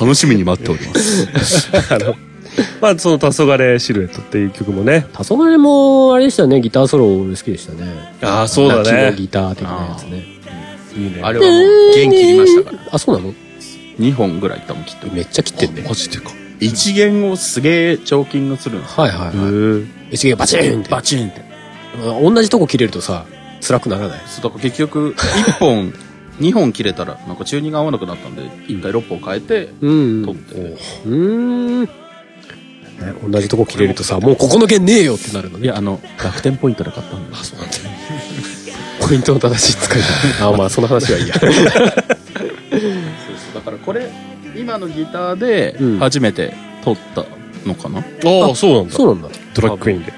Speaker 3: 楽しみに待っております。
Speaker 4: あの、まあその黄昏シルエットっていう曲もね。
Speaker 2: 黄昏も、あれでしたね、ギターソロ俺好きでしたね。
Speaker 4: ああ、そうだ
Speaker 2: 泣きの
Speaker 4: ね。
Speaker 2: ギター的なやつね。
Speaker 4: いいね。
Speaker 3: あれはもう弦切りましたから。
Speaker 2: あ、そうなの
Speaker 3: 2本ぐらい多分切ってる
Speaker 2: めっちゃ切ってんね。
Speaker 4: マジでか。
Speaker 3: 一弦をすげえ彫金がするんですよ。
Speaker 2: はいはいはい。一撃バチーンって。
Speaker 3: バチンって。
Speaker 2: 同じとこ切れるとさ、辛くならない。
Speaker 3: そうだから結局、1本、2本 切れたら、なんかチューニング合わなくなったんで、1回6本変えて、
Speaker 2: うん
Speaker 3: 撮って。
Speaker 2: うーん。ね同じとこ切れるとさ、もうここの弦ねえよってなるの
Speaker 3: い
Speaker 2: ね。
Speaker 3: や、あの、楽天ポイントで買ったんだ。
Speaker 2: そうなんだね。ポイントの正しい使い方。 あ、まあ、その話はいいや。
Speaker 3: そうそうだからこれ今のギターで
Speaker 2: うん
Speaker 3: 初めて撮ったのかな、
Speaker 4: ああ、そうなんだ。
Speaker 2: そうなんだ。
Speaker 4: ドラッグクイーンで。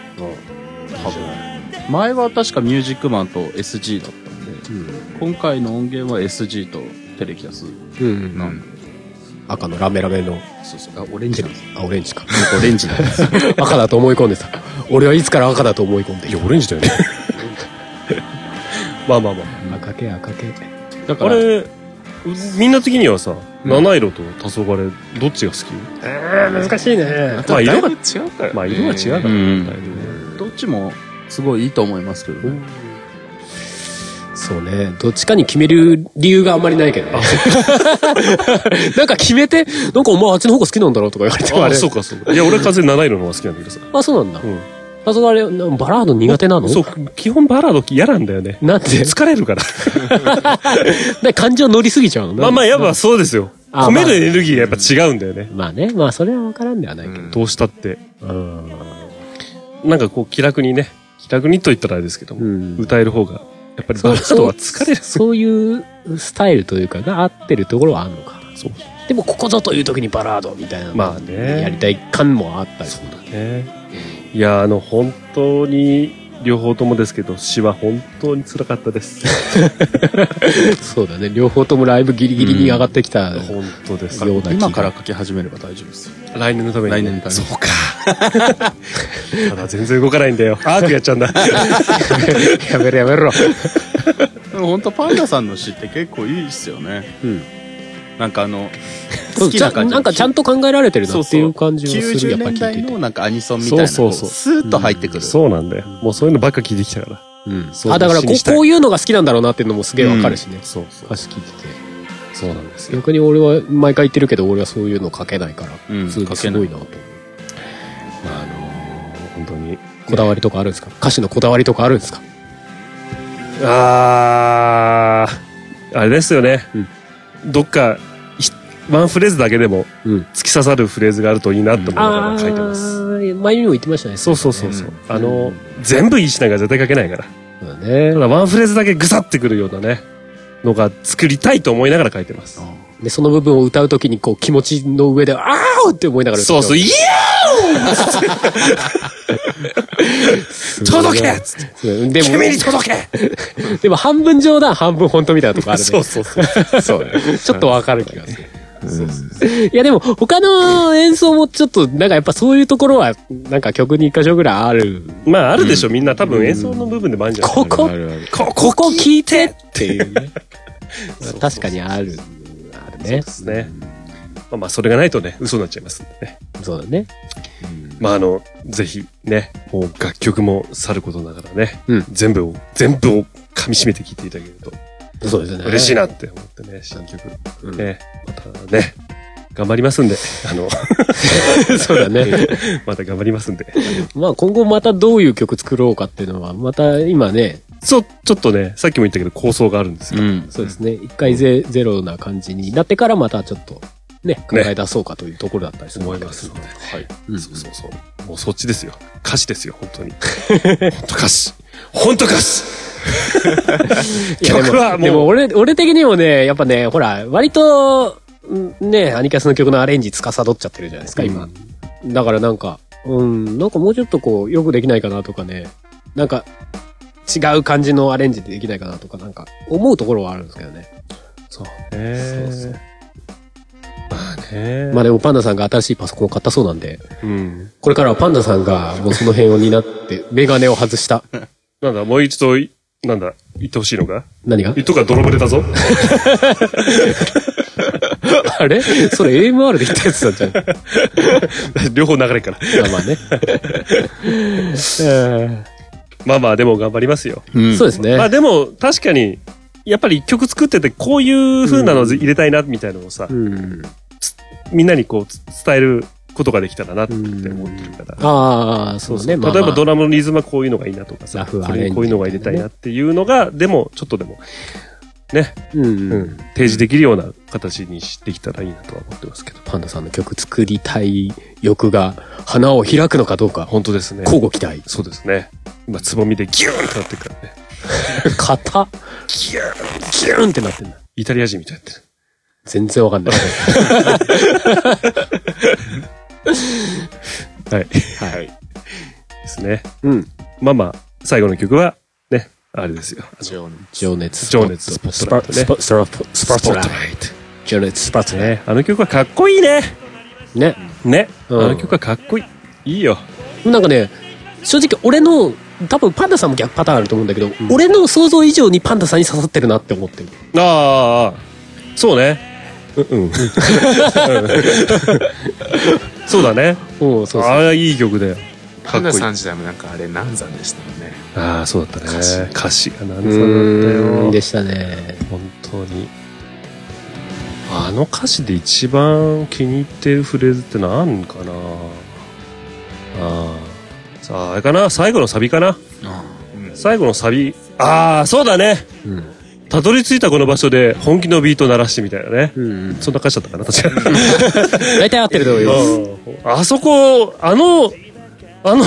Speaker 3: 多分前は確かミュージックマンと SG だったんで今回の音源は SG とテレキャス
Speaker 2: うん。
Speaker 3: な
Speaker 2: うんん。
Speaker 3: で、
Speaker 2: 赤のラメラメの、
Speaker 3: そうそうあオレンジなんです
Speaker 2: あ、オレンジか。
Speaker 3: オレンジなんです
Speaker 2: 赤だと思い込んでた。俺はいつから赤だと思い込んで
Speaker 4: い
Speaker 2: る
Speaker 4: や、オレンジだよね。 まあまあまあ。
Speaker 2: 赤系、赤系。
Speaker 3: だか
Speaker 4: あ
Speaker 3: ら
Speaker 4: れ、うみんな的にはさ、七色と黄昏、どっちが好き
Speaker 2: えー、難しいね。
Speaker 4: まあ色が
Speaker 5: だいぶ違うからね。
Speaker 4: まあ色は違うから
Speaker 3: う
Speaker 4: ね。
Speaker 3: んどっちもすごいいいと思いますけどね
Speaker 2: そうね。どっちかに決める理由があんまりないけどね。 なんか決めて、なんかお前あっちの方が好きなんだろうとか言われても
Speaker 4: あ
Speaker 2: あ
Speaker 4: あ、
Speaker 2: れ。
Speaker 4: そうかそうか。いや、俺完全に七色の方が好きなんだけどさ。
Speaker 2: あ、そうなんだ
Speaker 4: う。ん。
Speaker 2: あ、そうあれ、なバラード苦手なの
Speaker 4: そう、基本バラード嫌なんだよね。
Speaker 2: なんで
Speaker 4: 疲れるから。
Speaker 2: で感情乗りすぎちゃうの
Speaker 4: まあまあ、やっぱそうですよ。
Speaker 2: あ
Speaker 4: 込めるエネルギーがやっぱ違うんだよね。
Speaker 2: まあね、まあそれは分からんではないけど。
Speaker 4: どうしたって。
Speaker 2: うん。
Speaker 4: なんかこう、気楽にね、気楽にと言ったらあれですけども、
Speaker 2: うん
Speaker 4: 歌える方が、やっぱりバラードは疲れる。
Speaker 2: そういうスタイルというかが合ってるところはあるのか。
Speaker 4: そうそう
Speaker 2: でもここぞという時にバラードみたいなの
Speaker 4: まあね
Speaker 2: やりたい感もあったりする。
Speaker 4: ね。いや、あの、本当に、両方ともですけど、詩は本当に辛かったです。
Speaker 2: そうだね。両方ともライブギリギリに上がってきた。
Speaker 4: 本当です。
Speaker 2: ような気が
Speaker 3: 今から書き始めれば大丈夫ですよ
Speaker 4: 来年のために。
Speaker 3: 来年のために
Speaker 4: そうか。ただ全然動かないんだよ。アークやっちゃうんだ。
Speaker 2: やめろやめろ。
Speaker 3: でも本当パンダさんの詩って結構いいですよね
Speaker 2: うん
Speaker 3: なんかあの
Speaker 2: そ
Speaker 3: 好
Speaker 2: う
Speaker 3: き
Speaker 2: ちゃ
Speaker 3: な感
Speaker 2: ん
Speaker 3: じ
Speaker 2: なんかちゃんと考えられてるな
Speaker 3: そう
Speaker 2: って
Speaker 3: そ
Speaker 2: いう感じがする。や
Speaker 3: 90
Speaker 2: っぱ
Speaker 3: 年
Speaker 2: 聞い
Speaker 3: 代
Speaker 2: てて
Speaker 3: の。なんかアニソンみたいな
Speaker 4: そうそうそう
Speaker 3: こスーッと入ってくる
Speaker 4: そうなんだよ。もうそういうのばっか聞いてきたから。
Speaker 3: うん
Speaker 4: そう
Speaker 2: あ、だからこ
Speaker 4: 詩にしたいう
Speaker 2: こういうのが好きなんだろうなっていうのもすげえわかるしね。
Speaker 4: そうそう
Speaker 2: 歌詞聞いてて。
Speaker 4: そうなんですよ。
Speaker 2: 逆に俺は毎回言ってるけど俺はそういうの書けないから、
Speaker 3: うん
Speaker 2: それがすごいなと思う
Speaker 4: まあ、あのー本当に。
Speaker 2: こだわりとかあるんですか歌詞のこだわりとかあるんですか
Speaker 4: あー、あれですよね。どっか、ひワンフレーズだけでも、
Speaker 2: うん
Speaker 4: 突き刺さるフレーズがあるといいなと思いながら書いてます。
Speaker 2: ー前にも言ってましたね
Speaker 4: そうそうそうそう。あのー、全部いいしながら絶対書けないから。
Speaker 2: そうだね
Speaker 4: ただワンフレーズだけグサってくるようなね、のが作りたいと思いながら書いてます。
Speaker 2: でその部分を歌うときにこう気持ちの上で「あー!」って思いながら歌
Speaker 4: そうそう、イエ届けっつって
Speaker 2: うんでも
Speaker 4: 君、に届 け
Speaker 2: でも半分冗談、半分本当みたいなとこあるね。
Speaker 4: そうそうそう。
Speaker 2: そうね。ちょっとわかる気がする。いやでも他の演奏もちょっとなんかやっぱそういうところはなんか曲に一箇所ぐらいある。
Speaker 4: まあ、あるでしょ、みんな。多分演奏の部分でもあるんじゃない
Speaker 2: ここ、
Speaker 5: あるある
Speaker 4: ここ
Speaker 2: ここ聞いて
Speaker 5: っていうね。
Speaker 2: 確かにある。あるね。
Speaker 4: ですね。まあまあ、それがないとね、嘘になっちゃいますんでね。
Speaker 2: そうだね。
Speaker 4: まあ、あの、ぜひね、もう楽曲もさることながらね、
Speaker 2: うん
Speaker 4: 全部を、全部を噛み締めて聴いていただけると
Speaker 2: そうですね。
Speaker 4: 嬉しいなって思ってね、新曲。ね、またね、頑張りますんで、あの、
Speaker 2: そうだ ね。
Speaker 4: また頑張りますんで。
Speaker 2: まあ今後またどういう曲作ろうかっていうのは、また今ね、
Speaker 4: そう、ちょっとね、さっきも言ったけど構想があるんですよ。
Speaker 5: ん。
Speaker 2: そうですね、一回ゼゼロな感じになってからまたちょっとね、考え出そうかというところだったりする
Speaker 4: 思
Speaker 2: わ
Speaker 4: い
Speaker 2: けで
Speaker 4: ますので。はい。
Speaker 2: うん
Speaker 4: そうそうそう。もうそっちですよ。歌詞ですよ、本当に。 本当歌詞。本当歌詞
Speaker 2: いやでも
Speaker 4: 曲はもう
Speaker 2: でも俺、俺的にもね、やっぱね、ほら、割と、んね、アニキャスの曲のアレンジ司っちゃってるじゃないですか、今。だからなんか、うん、なんかもうちょっとこう、よくできないかなとかね、なんか、違う感じのアレンジでできないかなとか、なんか、思うところはあるんですけどね。
Speaker 4: そうね。
Speaker 2: そうそう
Speaker 4: まあね。
Speaker 2: まあでもパンダさんが新しいパソコンを買ったそうなんで、
Speaker 4: うん。
Speaker 2: これからはパンダさんがもうその辺を担って、メガネを外した。
Speaker 4: なんだ、もう一度い、なんだ、言ってほしいのか
Speaker 2: 何が
Speaker 4: 言っとくか泥棒れだぞ。
Speaker 2: あれそれ AMR で言ったやつだったじゃん。
Speaker 4: 両方流れっから。
Speaker 2: あまあね。
Speaker 4: まあまあ、でも頑張りますよ。
Speaker 5: うん
Speaker 2: そうですね。
Speaker 4: まあでも、確かに、やっぱり一曲作ってて、こういう風なのを入れたいな、みたいなのをさ、
Speaker 2: うん。
Speaker 4: みんなにこう、つ伝えることができたらなって思ってるから。
Speaker 2: ああ、そうね。まあ
Speaker 4: 例え
Speaker 2: ま
Speaker 4: ば
Speaker 2: あ
Speaker 4: ドラムのリズムはこういうのがいいなとか
Speaker 2: ラ
Speaker 4: さ、
Speaker 2: フアレンジ
Speaker 4: これにこういうのが入れたいなっていうのが、でも、ちょっとでも、ね、
Speaker 2: うん、
Speaker 4: うん提示できるような形にできたらいいなとは思ってますけど。
Speaker 2: パンダさんの曲作りたい欲が花を開くのかどうか、
Speaker 4: 本当ですね。。
Speaker 2: 交互期待
Speaker 4: そうですね。今、つぼみでギューンってなってるからね。
Speaker 2: 型
Speaker 4: ギューン
Speaker 2: キューンってなってんだ。
Speaker 4: イタリア人みたいになってる。
Speaker 2: 全然わかんない。
Speaker 4: はい。
Speaker 5: はい。
Speaker 4: ですね。
Speaker 2: うん。
Speaker 4: まあまあ、最後の曲は、ね、あれですよ。
Speaker 5: じゃあ
Speaker 2: 情熱。
Speaker 4: 情熱
Speaker 2: ス
Speaker 4: ス
Speaker 2: ポ
Speaker 4: ポ
Speaker 2: ッ
Speaker 4: ッ
Speaker 2: トラ
Speaker 4: ト
Speaker 2: イト。
Speaker 4: ライトね
Speaker 2: スポスポットスポットライト。
Speaker 4: イト。
Speaker 2: 情熱スポットライ
Speaker 4: ね、あの曲はかっこいいね。
Speaker 2: ト。ね。
Speaker 4: ね、
Speaker 2: うん
Speaker 4: あの曲はかっこいい。いいよ。
Speaker 2: なんかね、正直俺の、多分パンダさんも逆パターンあると思うんだけど、俺の想像以上にパンダさんに刺さってるなって思ってる。
Speaker 4: ああ、そうね。うん、うん。そうだね。
Speaker 2: うん、そうそう。
Speaker 4: ああ、いい曲だよ。か
Speaker 5: パ
Speaker 4: っ
Speaker 5: ン
Speaker 4: こ
Speaker 5: ダ
Speaker 4: いい。
Speaker 5: さん時代もなんかあれ難産でしたもんね。
Speaker 4: ああ、そうだったね。
Speaker 5: 歌詞
Speaker 4: 歌詞がなん
Speaker 2: う
Speaker 4: さなん
Speaker 2: ーん、
Speaker 4: だ
Speaker 2: で
Speaker 4: よ。
Speaker 2: したね。
Speaker 4: 本当に。あの歌詞で一番気に入ってるフレーズってなんかなああ。さあ、あれかな最後のサビかな
Speaker 5: うん
Speaker 4: 最後のサビ。ああ、そうだね。
Speaker 2: うん。
Speaker 4: たどり着いたこの場所で本気のビート鳴らしてみたいなね。
Speaker 2: うん。
Speaker 4: そんな歌詞だったかな確かに。
Speaker 2: 大体合ってると思います。
Speaker 4: ああそこ、あの、あの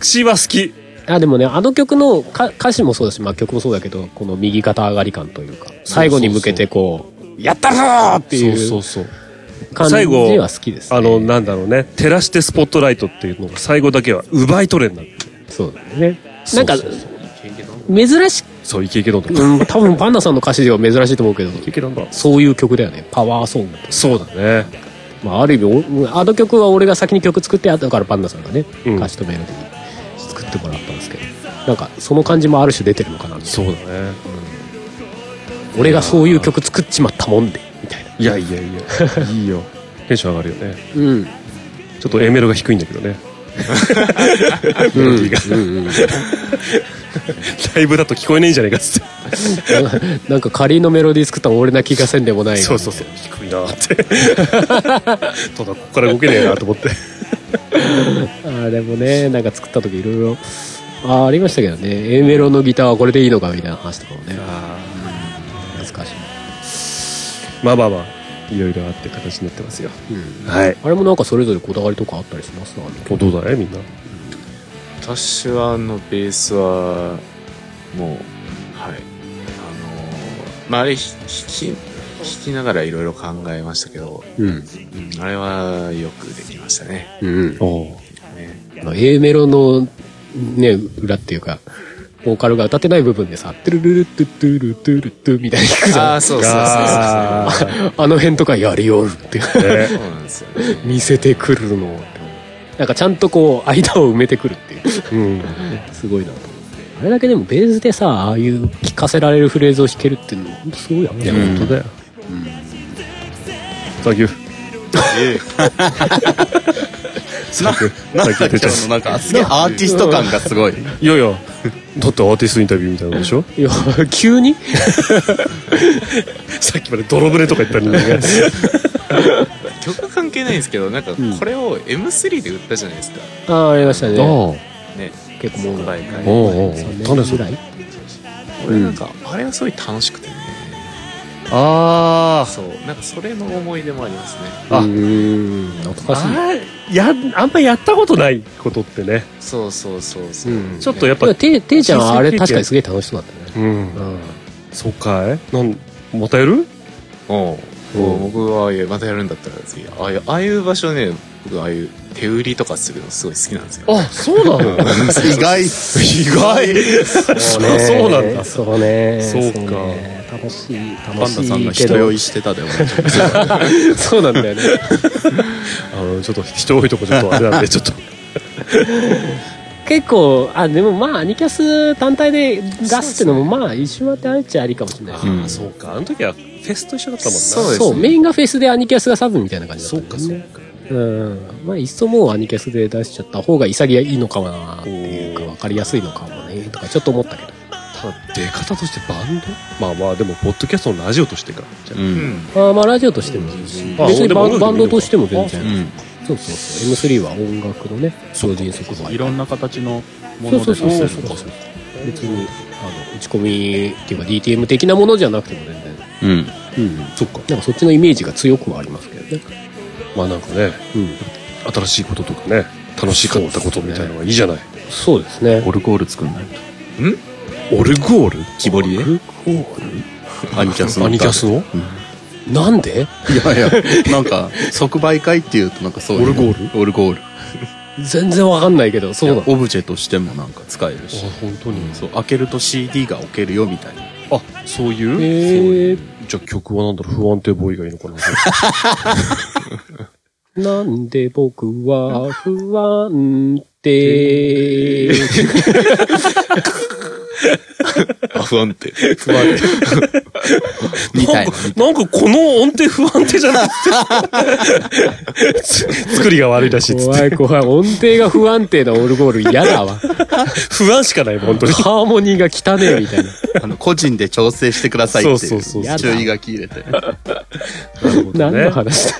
Speaker 4: 詩は好き。
Speaker 2: あでもねあの曲のか歌詞もそうだし、まあ、曲もそうだけどこの右肩上がり感というか最後に向けてこうやったろーってい
Speaker 4: そううそうそう。
Speaker 2: 感じ
Speaker 4: 最後
Speaker 2: は好きです、ね、
Speaker 4: あの、なんだろうね。照らしてスポットライトっていうのが最後だけは奪い取れんだって。
Speaker 2: そうだねなんか
Speaker 4: そうそうそう
Speaker 2: 珍しく、
Speaker 4: そう、イケイケどんどん。イ
Speaker 2: うん、多分パンダさんの歌詞では珍しいと思うけど
Speaker 4: ケイケどんどん。
Speaker 2: そういう曲だよねパワーソング、
Speaker 4: そうだね。
Speaker 2: まあ、ある意味おあの曲は俺が先に曲作って後からパンダさんがね、
Speaker 4: うん
Speaker 2: 歌詞とメロディー作ってもらったんですけどなんかその感じもある種出てるのかなみたいな
Speaker 4: そうだね。
Speaker 2: 俺がそういう曲作っちまったもんでみたいない
Speaker 4: やいやい や、いいよ。テンション上がるよね。
Speaker 2: うん
Speaker 4: ちょっと A メロが低いんだけどね。 メロディーが。ライブだと聞こえないんじゃないかっつって。
Speaker 2: なんか仮のメロディー作ったら俺な気がせんでもない
Speaker 4: そうそうそう。低いなーって。 ただ、ここから動けねえなと思って。
Speaker 2: あれもねなんか作った時いろいろあーありましたけどね A メロのギターはこれでいいのかみたいな話とかもね懐かしい、
Speaker 4: まあまあまあ、いろいろあって形になってますよ。はい。
Speaker 2: あれもなんかそれぞれこだわりとかあったりしますな
Speaker 4: おどうだいみんな。
Speaker 5: 私はあのベースはもうはいあのーまああれひ弾き聞きながらいろいろ考えましたけど、
Speaker 2: うん。
Speaker 5: うんあれはよくできましたね。
Speaker 2: うん。
Speaker 4: お
Speaker 5: ね
Speaker 2: あの A メロのね、裏っていうか、ボーカルが歌ってない部分でさ、トゥルルルトゥトゥルトゥルトゥみたいに弾くじゃん。
Speaker 5: あ
Speaker 2: あ
Speaker 5: あ、そうそうそう
Speaker 4: あ
Speaker 2: の辺とかやりよるって いう。
Speaker 4: ーね
Speaker 5: そう。そうなんですよね。
Speaker 2: 見せてくるのってなんかちゃんとこう、間を埋めてくるっていう。
Speaker 4: うん
Speaker 2: すごいなと思って。あれだけでもベースでさ、ああいう聞かせられるフレーズを弾けるっていうの、ほんとすごいよね。
Speaker 4: 本当だよ。ザギュ
Speaker 3: ななんだ
Speaker 4: 出ちゃ
Speaker 3: 今
Speaker 4: う
Speaker 3: 日のなんかすげえアーティスト感がすご い。
Speaker 4: いやいや、だってアーティストインタビューみたいなのでしょ
Speaker 2: いや、急に
Speaker 4: さっきまで泥船とか言ったのにね。
Speaker 5: 曲関係ないんですけど、なんかこれを M3 で売ったじゃないですか。
Speaker 2: ああ、ありましたね。
Speaker 4: おう
Speaker 5: ね。
Speaker 2: 結構もう、
Speaker 5: 媒介
Speaker 4: おうおう
Speaker 2: 3年
Speaker 4: 種そ
Speaker 2: ぐ
Speaker 4: れ
Speaker 2: らい
Speaker 5: 俺なんか、あれはすごい楽しくてね。
Speaker 4: あ
Speaker 5: そう。なんかそれの思い出もありますね。
Speaker 4: あ
Speaker 2: うん、懐かしい。
Speaker 4: あーやあんまやったことないことってね
Speaker 5: そうそうそうそう。
Speaker 2: うん
Speaker 4: ちょっとやっぱ
Speaker 2: いやてていちゃんはあれ確かにすげえ楽しそうだったね
Speaker 4: うん
Speaker 2: うん
Speaker 4: そうかいなんまたやる
Speaker 5: おうおう僕はああいうまたやるんだったら次ああいうああいう場所ね僕ああいう手売りとかするのすごい好きなんですよ
Speaker 4: あそうなの
Speaker 3: 意外。
Speaker 4: 意外そうねそうなん だ
Speaker 2: そうね
Speaker 4: そうか
Speaker 2: ね楽しい
Speaker 3: パ
Speaker 2: 楽
Speaker 3: ンダさんが人酔いしてたで俺。
Speaker 2: そうなんだよね
Speaker 4: あのちょっと人多いとこちょっとあれなんでちょっと
Speaker 2: 結構あでもまあアニキャス単体で出すってのもまあ一瞬あってありっちゃありかもしれない
Speaker 3: うん
Speaker 4: あそうかあの時はフェスと一緒だったもんな
Speaker 5: そうですね
Speaker 2: そうメインがフェスでアニキャスがサブみたいな感じだった
Speaker 4: そ
Speaker 2: か
Speaker 4: う
Speaker 2: そううんまあいっそもうアニキャスで出しちゃった方が潔いのかなっていうか分かりやすいのかもねとかちょっと思ったけど
Speaker 4: ただ出方としてバンドまあまあでもポッドキャストのラジオとしてかじゃ
Speaker 3: う。
Speaker 5: うんん
Speaker 2: あーまあラジオとしてもいいし、
Speaker 4: あ
Speaker 2: 別にバ
Speaker 4: で
Speaker 2: ン
Speaker 4: も
Speaker 2: バンドとしても全然、
Speaker 3: うん。
Speaker 2: そうそうそう M3 は音楽のね超人即売
Speaker 3: いろんな形のも
Speaker 2: そ
Speaker 3: の
Speaker 2: う
Speaker 3: で
Speaker 2: そうそうそう
Speaker 3: そうそう
Speaker 2: 別にあの打ち込みっていうか DTM 的なものじゃなくても全然
Speaker 3: うん。
Speaker 4: あそっか
Speaker 2: なんかそっちのイメージが強くはありますけどね
Speaker 4: まあなんかね
Speaker 2: うん
Speaker 4: 新しいこととかね楽しかったことみたいなのがいいじゃない
Speaker 2: そうですね
Speaker 3: オルゴール作んないと。
Speaker 4: オルゴール
Speaker 3: 木彫りで
Speaker 4: オルゴー
Speaker 3: アニキャス
Speaker 4: ル
Speaker 3: の。
Speaker 4: アニキャスの
Speaker 2: なんで
Speaker 3: いやいや、なんか、即売会っていうとなんかそういう。
Speaker 4: オルゴー
Speaker 3: ルオルゴール。
Speaker 2: 全然わかんないけどそうなの
Speaker 3: オブジェとしてもなんか使えるし。
Speaker 4: 本当に
Speaker 3: そう、開けると CD が置けるよみたいな。
Speaker 4: あそうい
Speaker 2: え
Speaker 4: う
Speaker 2: ー、
Speaker 4: じゃあ曲はなんだろう不安定ボーイがいいの かな
Speaker 2: なんで僕は不安 定
Speaker 5: あ不安定
Speaker 3: みたいな。
Speaker 4: なんかこの音程不安定じ ゃなくて作りが悪いらしいっつっ
Speaker 2: 怖
Speaker 4: て
Speaker 2: い怖い音程が不安定なオルゴール嫌 だわ
Speaker 4: 不安しかない本当に
Speaker 2: ハーモニーが汚ねえみたいな。
Speaker 3: あの、個人で調整してくださいっていう。
Speaker 4: そうそうそう
Speaker 2: そう
Speaker 3: 注意書き入れて。
Speaker 2: 何の話だ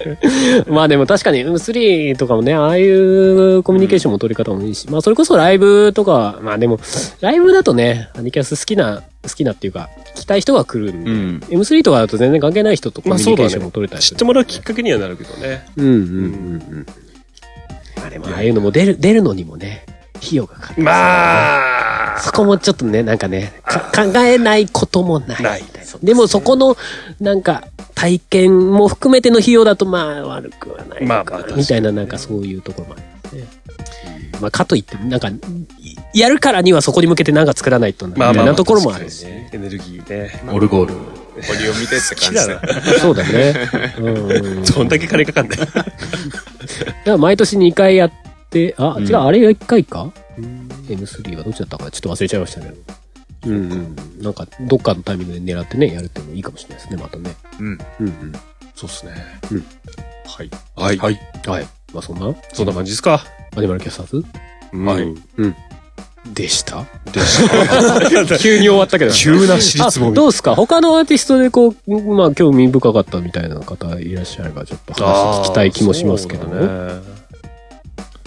Speaker 2: まあでも確かに M3 とかもね、ああいうコミュニケーションも取り方もいいし、まあそれこそライブとか、まあでも、ライブだとね、アニキャス好きな、好きなっていうか、聞きたい人が来るんで、
Speaker 3: うん。
Speaker 2: M3 とかだと全然関係ない人とコミ
Speaker 4: まあ
Speaker 2: ュ
Speaker 4: そ
Speaker 2: ニ
Speaker 4: う
Speaker 2: ケ
Speaker 4: だ
Speaker 2: ー
Speaker 4: ね
Speaker 2: ションも取れたりす
Speaker 4: 知っ
Speaker 2: る。
Speaker 4: てもらうきっかけにはなるけどね
Speaker 2: うんうんうんうん。まあでもああいうのも出る、出るのにもね、費用がかかる。
Speaker 4: まあ
Speaker 2: そこもちょっとね、なんかね、か考えないこともない。
Speaker 4: ない
Speaker 2: でもそこの、なんか、体験も含めての費用だと、まあ、悪くはないの
Speaker 4: まあまあ
Speaker 2: か
Speaker 4: 確かにね
Speaker 2: みたいな、なんかそういうところもあるんですね。まあ、かといって、なんか、いやるからにはそこに向けてなんか作らないとな、み
Speaker 4: まあまあ
Speaker 2: たいなところもあ
Speaker 4: 確
Speaker 2: る
Speaker 4: か
Speaker 2: し。
Speaker 4: にねエネルギーね
Speaker 3: オルゴール。
Speaker 5: これを見てって感じだね
Speaker 2: そうだね。 うん。だか
Speaker 4: どんだけ金かかんだよ
Speaker 2: ら毎年2回やって、あ、
Speaker 3: ん
Speaker 2: 違う、あれが1回か ?M3 はどっちだったかちょっと忘れちゃいましたけど。うんうん。なんか、どっかのタイミングで狙ってね、やるっていうのもいいかもしれないですね、またね。
Speaker 5: うん
Speaker 2: うんうん。
Speaker 4: そうっすね
Speaker 2: うん
Speaker 4: はいはいはい
Speaker 2: はい。まあ、そんな、
Speaker 4: そんな感じですか
Speaker 2: アニマルキャスターズ
Speaker 4: はい
Speaker 2: でした。
Speaker 4: でした
Speaker 2: 急に終わったけど。
Speaker 4: 急な尻つぼ
Speaker 2: あ
Speaker 4: み
Speaker 2: どうですか他のアーティストでこう、まあ興味深かったみたいな方いらっしゃればちょっと話聞きたい気もしますけど
Speaker 4: あ
Speaker 2: ね。
Speaker 4: ーそうだね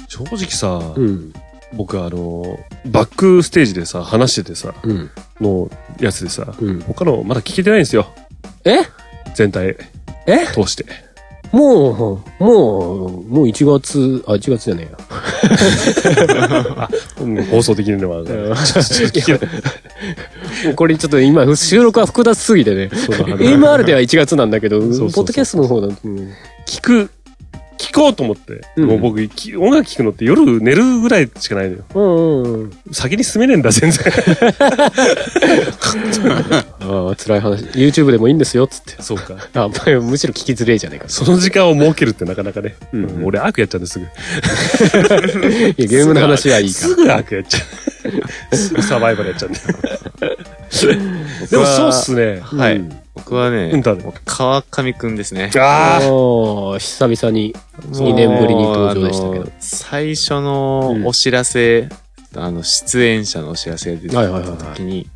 Speaker 4: 正直さ、
Speaker 2: うん。
Speaker 4: 僕あのバックステージでさ話しててさ
Speaker 2: うん。
Speaker 4: のやつでさ、
Speaker 2: うん。
Speaker 4: 他のまだ聞けてないんですよ
Speaker 2: え
Speaker 4: 全体
Speaker 2: え
Speaker 4: 通して
Speaker 2: もう、もう、もう1月、あ、1月じゃねえや。
Speaker 4: うん放送できるのは、
Speaker 2: これちょっと今、収録は複雑すぎてね。
Speaker 4: そうだ
Speaker 2: AMR では1月なんだけど、ポ
Speaker 4: そうそう
Speaker 2: ッドキャストの方だと、うん
Speaker 4: 聞く、聞こうと思って。
Speaker 2: うん
Speaker 4: もう僕、き音楽聞くのって夜寝るぐらいしかないのよ。
Speaker 2: うんうんうん。
Speaker 4: 先に進めねえんだ、全然。
Speaker 2: ああ、辛い話。YouTube でもいいんですよ、つって。
Speaker 4: そうか。
Speaker 2: あむしろ聞きづれえじゃねえか。
Speaker 4: その時間を設けるってなかなかね。
Speaker 2: うん
Speaker 4: うん俺、悪やっちゃうんですぐ。
Speaker 2: いやゲームの話はいいか
Speaker 4: すぐ悪やっちゃう。すぐサバイバルやっちゃうんだよ。でもそうっすね。
Speaker 2: ら。
Speaker 5: はい
Speaker 2: うん
Speaker 5: 僕はね、
Speaker 4: うんたね
Speaker 5: 川上くんですね。
Speaker 2: ああ、
Speaker 4: あ
Speaker 2: 久々に。2年ぶりに登場でしたけど
Speaker 5: もうあの最初のお知らせ、あの、出演者のお知らせが出てき
Speaker 2: はいはいはい
Speaker 5: た
Speaker 2: は
Speaker 5: 時に、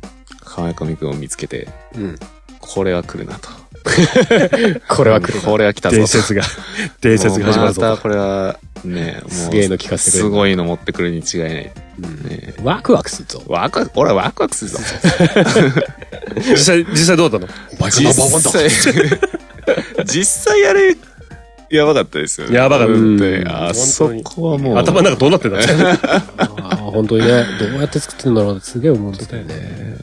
Speaker 5: 川上くんを見つけて、
Speaker 2: うん
Speaker 5: これは来るなと。
Speaker 2: これは来るな
Speaker 5: これは来た
Speaker 4: あ
Speaker 5: ぞ
Speaker 4: 伝説が、伝説が始まる
Speaker 5: もう
Speaker 4: ぞ
Speaker 5: また。これは、ね、もう
Speaker 2: すげえの聞かせてく
Speaker 5: す
Speaker 2: れる
Speaker 5: ごいの持ってくるに違いない。
Speaker 2: うん
Speaker 5: ね、
Speaker 2: ワクワクするぞ。
Speaker 5: ワクワク、俺はワクワクする ぞ。
Speaker 4: 実際、実際どうだったのお前
Speaker 5: 実際、 実際あれ、やばかったですよね。
Speaker 4: やばかった
Speaker 5: 本当に
Speaker 2: うん
Speaker 5: あそ
Speaker 4: 本当に
Speaker 5: こはもう。
Speaker 4: 頭の中どうなってんだろう
Speaker 2: ああ、本当にね。どうやって作ってんだろうってすげえ思ってたよね。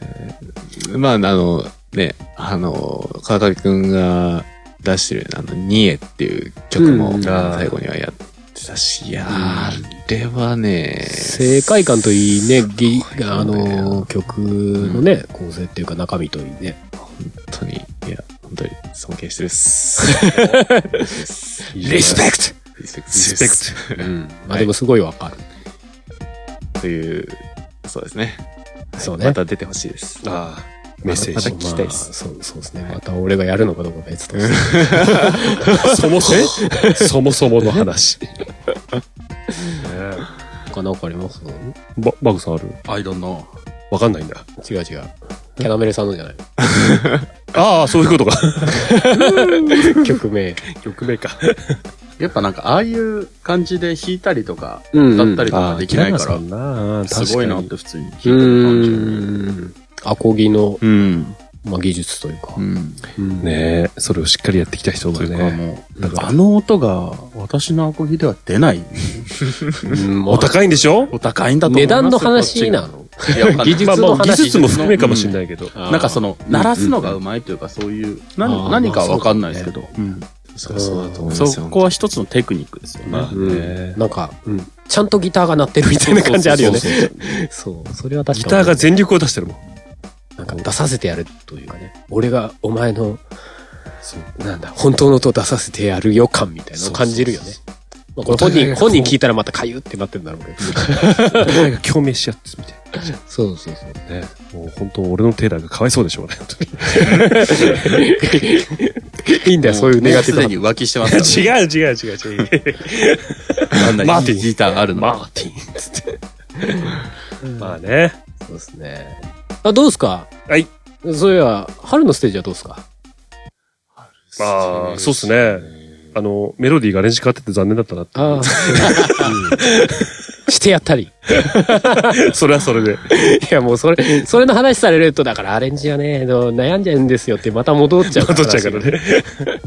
Speaker 5: まあ、あの、ね、あの、川上くんが出してる、あの、ニエっていう曲
Speaker 2: う
Speaker 5: も
Speaker 2: ん
Speaker 5: 最後にはやってたし、いやー、あれはね、
Speaker 2: 正解感といいね、ぎあ
Speaker 5: そうだよ
Speaker 2: の、曲のね、構成っていうか中身といいね。
Speaker 5: 本当に、いや、本当に尊敬してるっ す。
Speaker 2: リスペクト
Speaker 5: リスペクト。
Speaker 4: リス
Speaker 5: ペク
Speaker 2: まあでもすごいわかる。
Speaker 5: ト。という、そうですね。
Speaker 2: そうね
Speaker 5: ま。た出てほしいです。
Speaker 4: ああ、メッセー
Speaker 5: ま
Speaker 4: ジ
Speaker 5: た。聞きたいっす
Speaker 2: まあそうそうですね。また俺がやるのかどうかは別と して。
Speaker 4: そもそも、そもそもの話。
Speaker 2: 他なんかあります
Speaker 4: ババグさんある
Speaker 3: I don't know.
Speaker 4: わかんないんだ。
Speaker 2: 違う違う。キャナメルさんのじゃない
Speaker 4: ああ、そういうことか。
Speaker 2: 曲名。
Speaker 4: 曲名か。
Speaker 3: やっぱなんかああいう感じで弾いたりとか、
Speaker 2: うんうん
Speaker 3: だったりとかできないか
Speaker 4: あ
Speaker 3: ら
Speaker 4: あ、な
Speaker 3: すごいなっ
Speaker 4: 確か
Speaker 3: て普通に弾いて
Speaker 2: う
Speaker 3: る感じよね。
Speaker 2: ーん。アコギの、
Speaker 3: うん。
Speaker 2: まあ、技術というか
Speaker 3: う。ん。
Speaker 4: にねえ、それをしっかりやってきた人
Speaker 3: と
Speaker 4: だ
Speaker 3: いうか
Speaker 4: ね。
Speaker 3: もう、あの音が私のアコギでは出ない。
Speaker 2: うん、
Speaker 4: お高いんでしょ
Speaker 3: お高いんだと思います
Speaker 2: 値段の話なの技術
Speaker 4: まあ
Speaker 2: の
Speaker 4: まあ技術
Speaker 2: 話。
Speaker 4: も含めかもしれないけど。
Speaker 2: あー
Speaker 3: なんかそ、の、鳴らすのがうまいというか、そうい
Speaker 2: あ
Speaker 3: う、
Speaker 2: ー
Speaker 3: 何何かはわかんないですけど、
Speaker 5: そうそうだと思いま
Speaker 3: そ
Speaker 5: すよ。
Speaker 3: こは一つのテクニックですよね
Speaker 4: ま。あ
Speaker 2: うん
Speaker 4: ね。
Speaker 2: なんか、うんちゃんとギターが鳴ってるみたいな感じあるよね。 そう、それは確
Speaker 4: ギ
Speaker 2: か
Speaker 4: ター
Speaker 2: に。
Speaker 4: が全力を出してるもん。
Speaker 2: なんか出させてやるというかね。俺がお前の、なんだ、本当の音を出させてやる予感みたいなのを感じるよね。まあこれ本人、本人聞いたらまたかゆってなってるんだろうけど。
Speaker 4: お前が共鳴し合ってみたい
Speaker 2: そうそうそう。
Speaker 4: な。ね。もう本当俺のテーラーがかわいそうでしょ うね。本当に
Speaker 2: いいんだよ、そういうネガティブ
Speaker 3: もう
Speaker 2: な
Speaker 3: すで。に浮気してますからね
Speaker 4: 違う違う違う違う。
Speaker 3: なんだ
Speaker 4: マーティン
Speaker 3: いいギターがあるの。
Speaker 4: マーティンっつって。 まあね。
Speaker 2: そうですね。あ、どうですか
Speaker 4: はい。
Speaker 2: そういや、春のステージはどうですか
Speaker 4: まあ、そうっすね。あの、メロディーがアレンジ変わってて残念だったなって。
Speaker 2: ああ。 してや ったり。
Speaker 4: それはそれで。
Speaker 2: いや、もうそれ、 それの話されると、だからアレンジがね、どう悩んじゃうんですよって、また戻っちゃう。
Speaker 4: 戻っちゃうから。ね。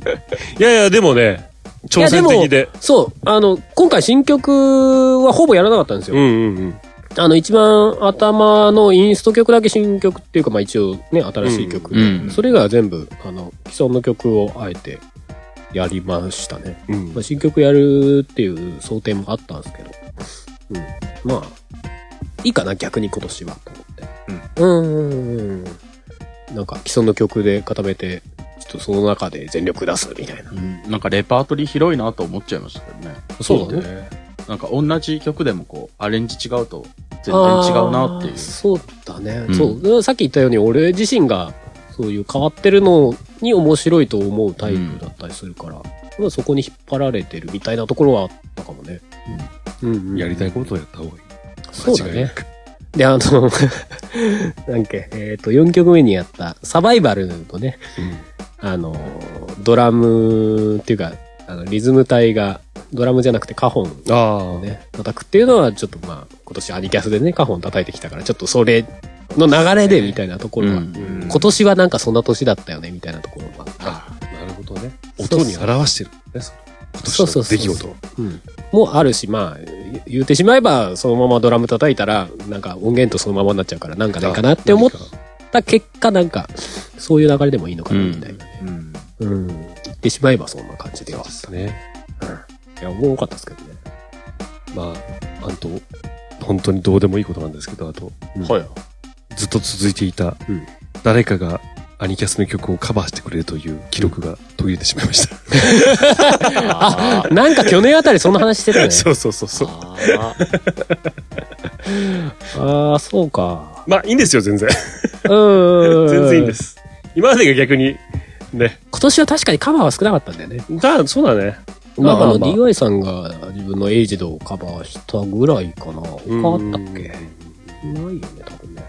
Speaker 4: いやいや、でもね、
Speaker 2: い
Speaker 4: 挑
Speaker 2: や、で
Speaker 4: 戦
Speaker 2: も
Speaker 4: 的で。、
Speaker 2: そう、あの、今回新曲はほぼやらなかったんです
Speaker 4: うん
Speaker 2: よ。
Speaker 4: うんうん。
Speaker 2: あの、一番頭のインスト曲だけ新曲っていうか、まあ一応ね、新しい曲で。
Speaker 3: うん
Speaker 2: それ以外は全部、あの、既存の曲をあえてやりましたね。
Speaker 4: うん
Speaker 2: まあ、新曲やるっていう想定もあったんですけど、うん、まあ、いいかな、逆に今年はと思って。うん。うんうんうん。なんか、既存の曲で固めて、ちょっとその中で全力出すみたいな。
Speaker 3: うんなんかレパートリー広いなと思っちゃいましたけどね。
Speaker 2: そうだね。
Speaker 4: ね。
Speaker 3: なんか同じ曲でもこう、アレンジ違うと全然違うなってい
Speaker 2: あー
Speaker 3: う。
Speaker 2: そうだね。
Speaker 3: うん
Speaker 2: そう。さっき言ったように、俺自身が、そういう変わってるのに面白いと思うタイプだったりするから、まあそこに引っ張られてるみたいなところはあったかもね。うん。うんうん
Speaker 4: やりたいことをやった方がいい。
Speaker 2: そうだね。で、あの、 なんか、えっ、と、4曲目にやった、サバイバルのね、あの、ドラムっていうか、あのリズム隊が、ドラムじゃなくてカホン
Speaker 4: あ
Speaker 2: をね、叩くっていうのは、ちょっとまあ、今年アニキャスでね、カホン叩いてきたから、ちょっとそれの流れでみたいなところは、
Speaker 3: うん
Speaker 5: うん
Speaker 2: 今年はなんかそんな年だったよね、みたいなところが。
Speaker 4: あ。なるほどね。
Speaker 2: そうそう
Speaker 4: 音に表してるね。とした出来事。
Speaker 2: うん、もあるしまあ言言うてしまえばそのままドラム叩いたらなんか音源とそのままになっちゃうからなんかないかなって思っ
Speaker 4: 何か
Speaker 2: た結果なんかそういう流れでもいいのかなみたいなね、
Speaker 5: うん。
Speaker 2: うん言ってしまえばそんな感じでは
Speaker 4: ね。
Speaker 2: いやもう多かったですけどね
Speaker 4: まあ、あと、本当にどうでもいいことなんですけど、あと、
Speaker 5: はい。
Speaker 4: ずっと続いていた、
Speaker 2: ん
Speaker 4: 誰かがアニキャスの曲をカバーしてくれるという記録が途切れてしまいま した。
Speaker 2: あ なんか去年あたりそんな話してたね
Speaker 4: そうそうそうそう。
Speaker 5: ああ。
Speaker 2: ああそう か
Speaker 4: まあ、いいんですよ、全然。
Speaker 2: うん
Speaker 4: 全然いいんです。今までが逆に、ね。
Speaker 2: 今年は確かにカバーは少なかったんだよね
Speaker 4: だ、そうだね。
Speaker 2: まあ、
Speaker 4: まあま
Speaker 2: あ
Speaker 4: あ
Speaker 2: の DY さんが自分のエイジドをカバーしたぐらいかな。他あったっけないよね、多分ね。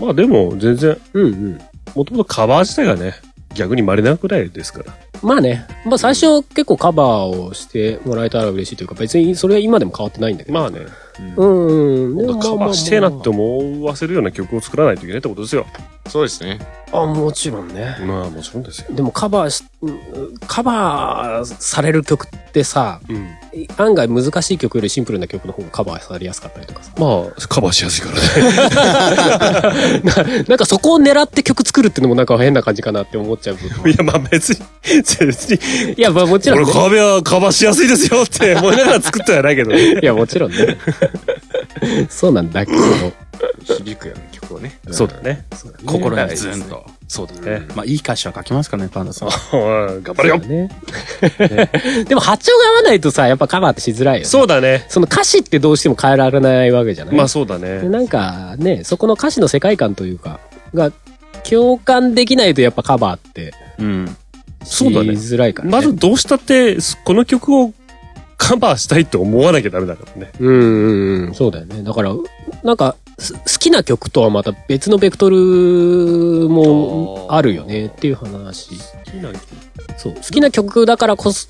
Speaker 4: まあ、でも、全然、
Speaker 2: うんうん。
Speaker 4: もともとカバー自体がね、逆に稀なくらいですから。
Speaker 2: まあね、まあ最初結構カバーをしてもらえたら嬉しいというか、別にそれは今でも変わってないんだけど。
Speaker 4: まあね、
Speaker 2: うんうん。でもまあまあ
Speaker 4: カ
Speaker 2: まあ
Speaker 4: バーしてえなって思わせるような曲を作らないといけないってことですよ。
Speaker 5: そうですね。
Speaker 2: あ、もちろんね。
Speaker 4: まあ、もちろんですよ。
Speaker 2: でもカバーし、うんカバーされる曲ってさ、
Speaker 4: うん。
Speaker 2: 案外難しい曲よりシンプルな曲の方がカバーされやすかったりとかさ。
Speaker 4: まあ、カバーしやすいからね。
Speaker 2: なんかそこを狙って曲作るっていうのもなんか変な感じかなって思っちゃう部 分も。
Speaker 4: いや、 まあ別に、別に、
Speaker 2: いや、まあもちろん、
Speaker 4: 俺
Speaker 2: ね。
Speaker 4: 壁はカバーしやすいですよって思いながら作ったんじゃないけど。
Speaker 2: いや、もちろんね。 そうなんだけど。
Speaker 5: 響くよね、曲をね。
Speaker 4: そうだね。
Speaker 3: 心にズンと。
Speaker 4: そうだね。
Speaker 3: まあ、いい歌詞は書きますかね、パンダさん。
Speaker 4: おい頑張れよ
Speaker 2: ね。でも波長が合わないとさ、やっぱカバーってしづらいよね。
Speaker 4: そうだね。
Speaker 2: その歌詞ってどうしても変えられないわけじゃない。
Speaker 4: まあそうだ
Speaker 2: で
Speaker 4: ね。
Speaker 2: なんかね、そこの歌詞の世界観というか、が共感できないとやっぱカバーって
Speaker 3: うん。
Speaker 2: し
Speaker 4: そうだね
Speaker 2: づらいからね。
Speaker 4: まずどうしたって、この曲をカバーしたいって思わなきゃダメだからね。
Speaker 2: うんうんうん。そうだよね。だから、なんか、す好きな曲とはまた別のベクトルもあるよねっていう話。そう。好きな曲だからこそ、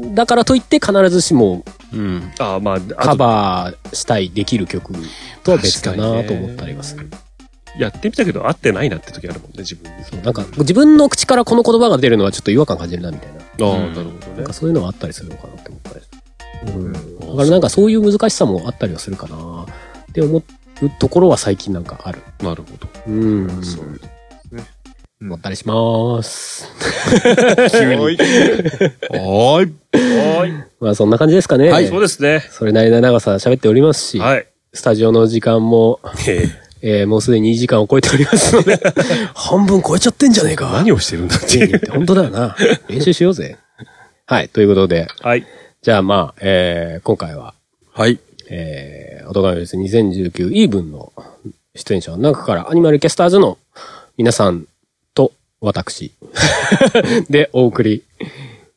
Speaker 2: だからといって必ずしも
Speaker 3: うん。
Speaker 4: ああ、まあ、あと
Speaker 2: カバーしたいできる曲とは別だなと思ったりはする。
Speaker 4: やってみたけど合ってないなって時あるもんね、自分に。
Speaker 2: そうなんか自分の口からこの言葉が出るのはちょっと違和感感じるなみたいな。
Speaker 4: ああ、
Speaker 3: うん
Speaker 4: なるほど
Speaker 2: なん
Speaker 4: ね
Speaker 2: か。そういうのはあったりするのかなって思ったりする。うん。だからなんかそういう難しさもあったりはするかなって思うところは最近なんかある。
Speaker 4: なるほど。
Speaker 2: うん。
Speaker 4: そう
Speaker 2: 思ったりします。
Speaker 5: 急に。
Speaker 3: おーい。
Speaker 2: まあそんな感じですかね。
Speaker 4: はい、そうですね。
Speaker 2: それなりの長さ喋っておりますし、
Speaker 4: はい。
Speaker 2: スタジオの時間も、えーもうすでに2時間を超えております ので、半分超えちゃってんじゃねえか。
Speaker 4: 何をしてるんだって
Speaker 2: ねえね
Speaker 4: い
Speaker 2: え
Speaker 4: う
Speaker 2: っ。て本当だよな。練習しようぜ。はい、ということで、
Speaker 4: はい。
Speaker 2: じゃあまあ、えー今回は、
Speaker 3: はい。
Speaker 2: えー、音がです2019イーブンの出演者の中からアニマルキャスターズの皆さんと私 でお送り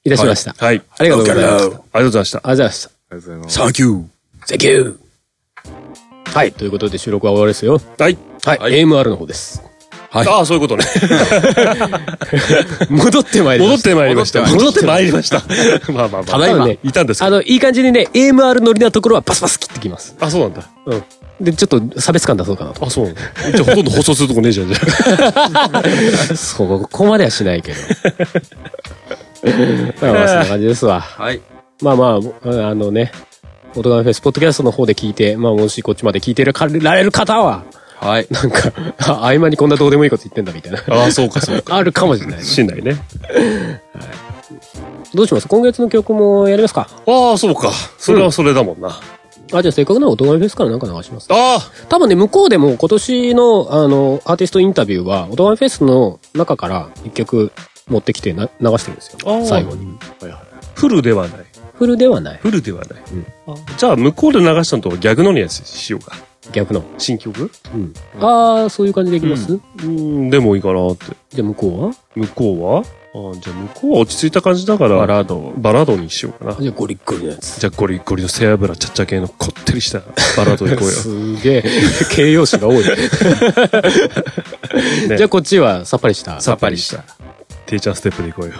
Speaker 2: いたしました。
Speaker 4: はい。
Speaker 2: ありがとうございました。ありがとう
Speaker 4: ありがとうございました。
Speaker 2: ございました。
Speaker 5: ありがとうございます。
Speaker 3: サンキュー。
Speaker 2: Thank you! はい、ということで収録は終わりですよ。
Speaker 4: はい。
Speaker 2: はい、AMR の方です。
Speaker 3: はい
Speaker 4: ああ、そういうことね。
Speaker 2: 戻ってまいり
Speaker 4: 戻
Speaker 2: ま
Speaker 4: っ
Speaker 2: した。
Speaker 4: てまいりました。
Speaker 2: 戻ってまい
Speaker 4: りました。 まあまあまあ。
Speaker 2: ただいま
Speaker 4: いたんですけ
Speaker 2: あ
Speaker 4: ど
Speaker 2: の、いい感じにね、AMR 乗りなところはバスバス切ってきます。
Speaker 4: あ、そうなんだ。うん。
Speaker 2: で、ちょっと差別感出そうかな と。
Speaker 4: あ、そうなんだ。じゃあほとんど放送するとこねえじゃん、じゃ
Speaker 2: そう、ここまではしないけど。まあまあ、そんな感じですわ。
Speaker 3: はい。
Speaker 2: まあまあ、あのね、オトガメフェス、ポッドキャストの方で聞いて、まあもしこっちまで聞いてられる方は、
Speaker 3: はい。
Speaker 2: なんか、あ合間にこんなどうでもいいこと言ってんだみたいな。
Speaker 4: あ。ああ、そうか、そうか。
Speaker 2: あるかもしれない。
Speaker 4: 信頼ね。
Speaker 2: どうします今月の曲もやりますか
Speaker 4: ああ、そうか。それはそれだもんな。あ
Speaker 2: あ、じゃあせっかくならオトガメフェスからなんか流します。
Speaker 4: あ
Speaker 2: 多分ね、向こうでも今年の、あの、アーティストインタビューは、オトガメフェスの中から一曲持ってきてな流してるんです
Speaker 4: あ
Speaker 2: よ。
Speaker 4: ー
Speaker 2: 最後に。
Speaker 4: フルではない。
Speaker 2: フルではない。
Speaker 4: フルではない。あじゃあ、向こうで流したのと逆のやつしようか。
Speaker 2: 逆の。
Speaker 4: 新曲
Speaker 2: うん。ああ、そういう感じでいきます、
Speaker 4: うん、でもいいかなって。
Speaker 2: じゃあ向こうは
Speaker 4: 向こうはあじゃあ、向こうは落ち着いた感じだから、
Speaker 3: バ
Speaker 4: バラ
Speaker 3: ラード。
Speaker 4: ードにしようかな。
Speaker 2: じゃあゴリッゴリのやつ。
Speaker 4: じゃあ、ゴリゴリの背脂ちゃっちゃ系のこってりした バラード行こうよ。
Speaker 2: すげえ、 形容詞が 多い。
Speaker 4: ね
Speaker 2: じゃあこっちはさっぱりした。
Speaker 4: さっぱりした。テイちゃんステップで行こうよ。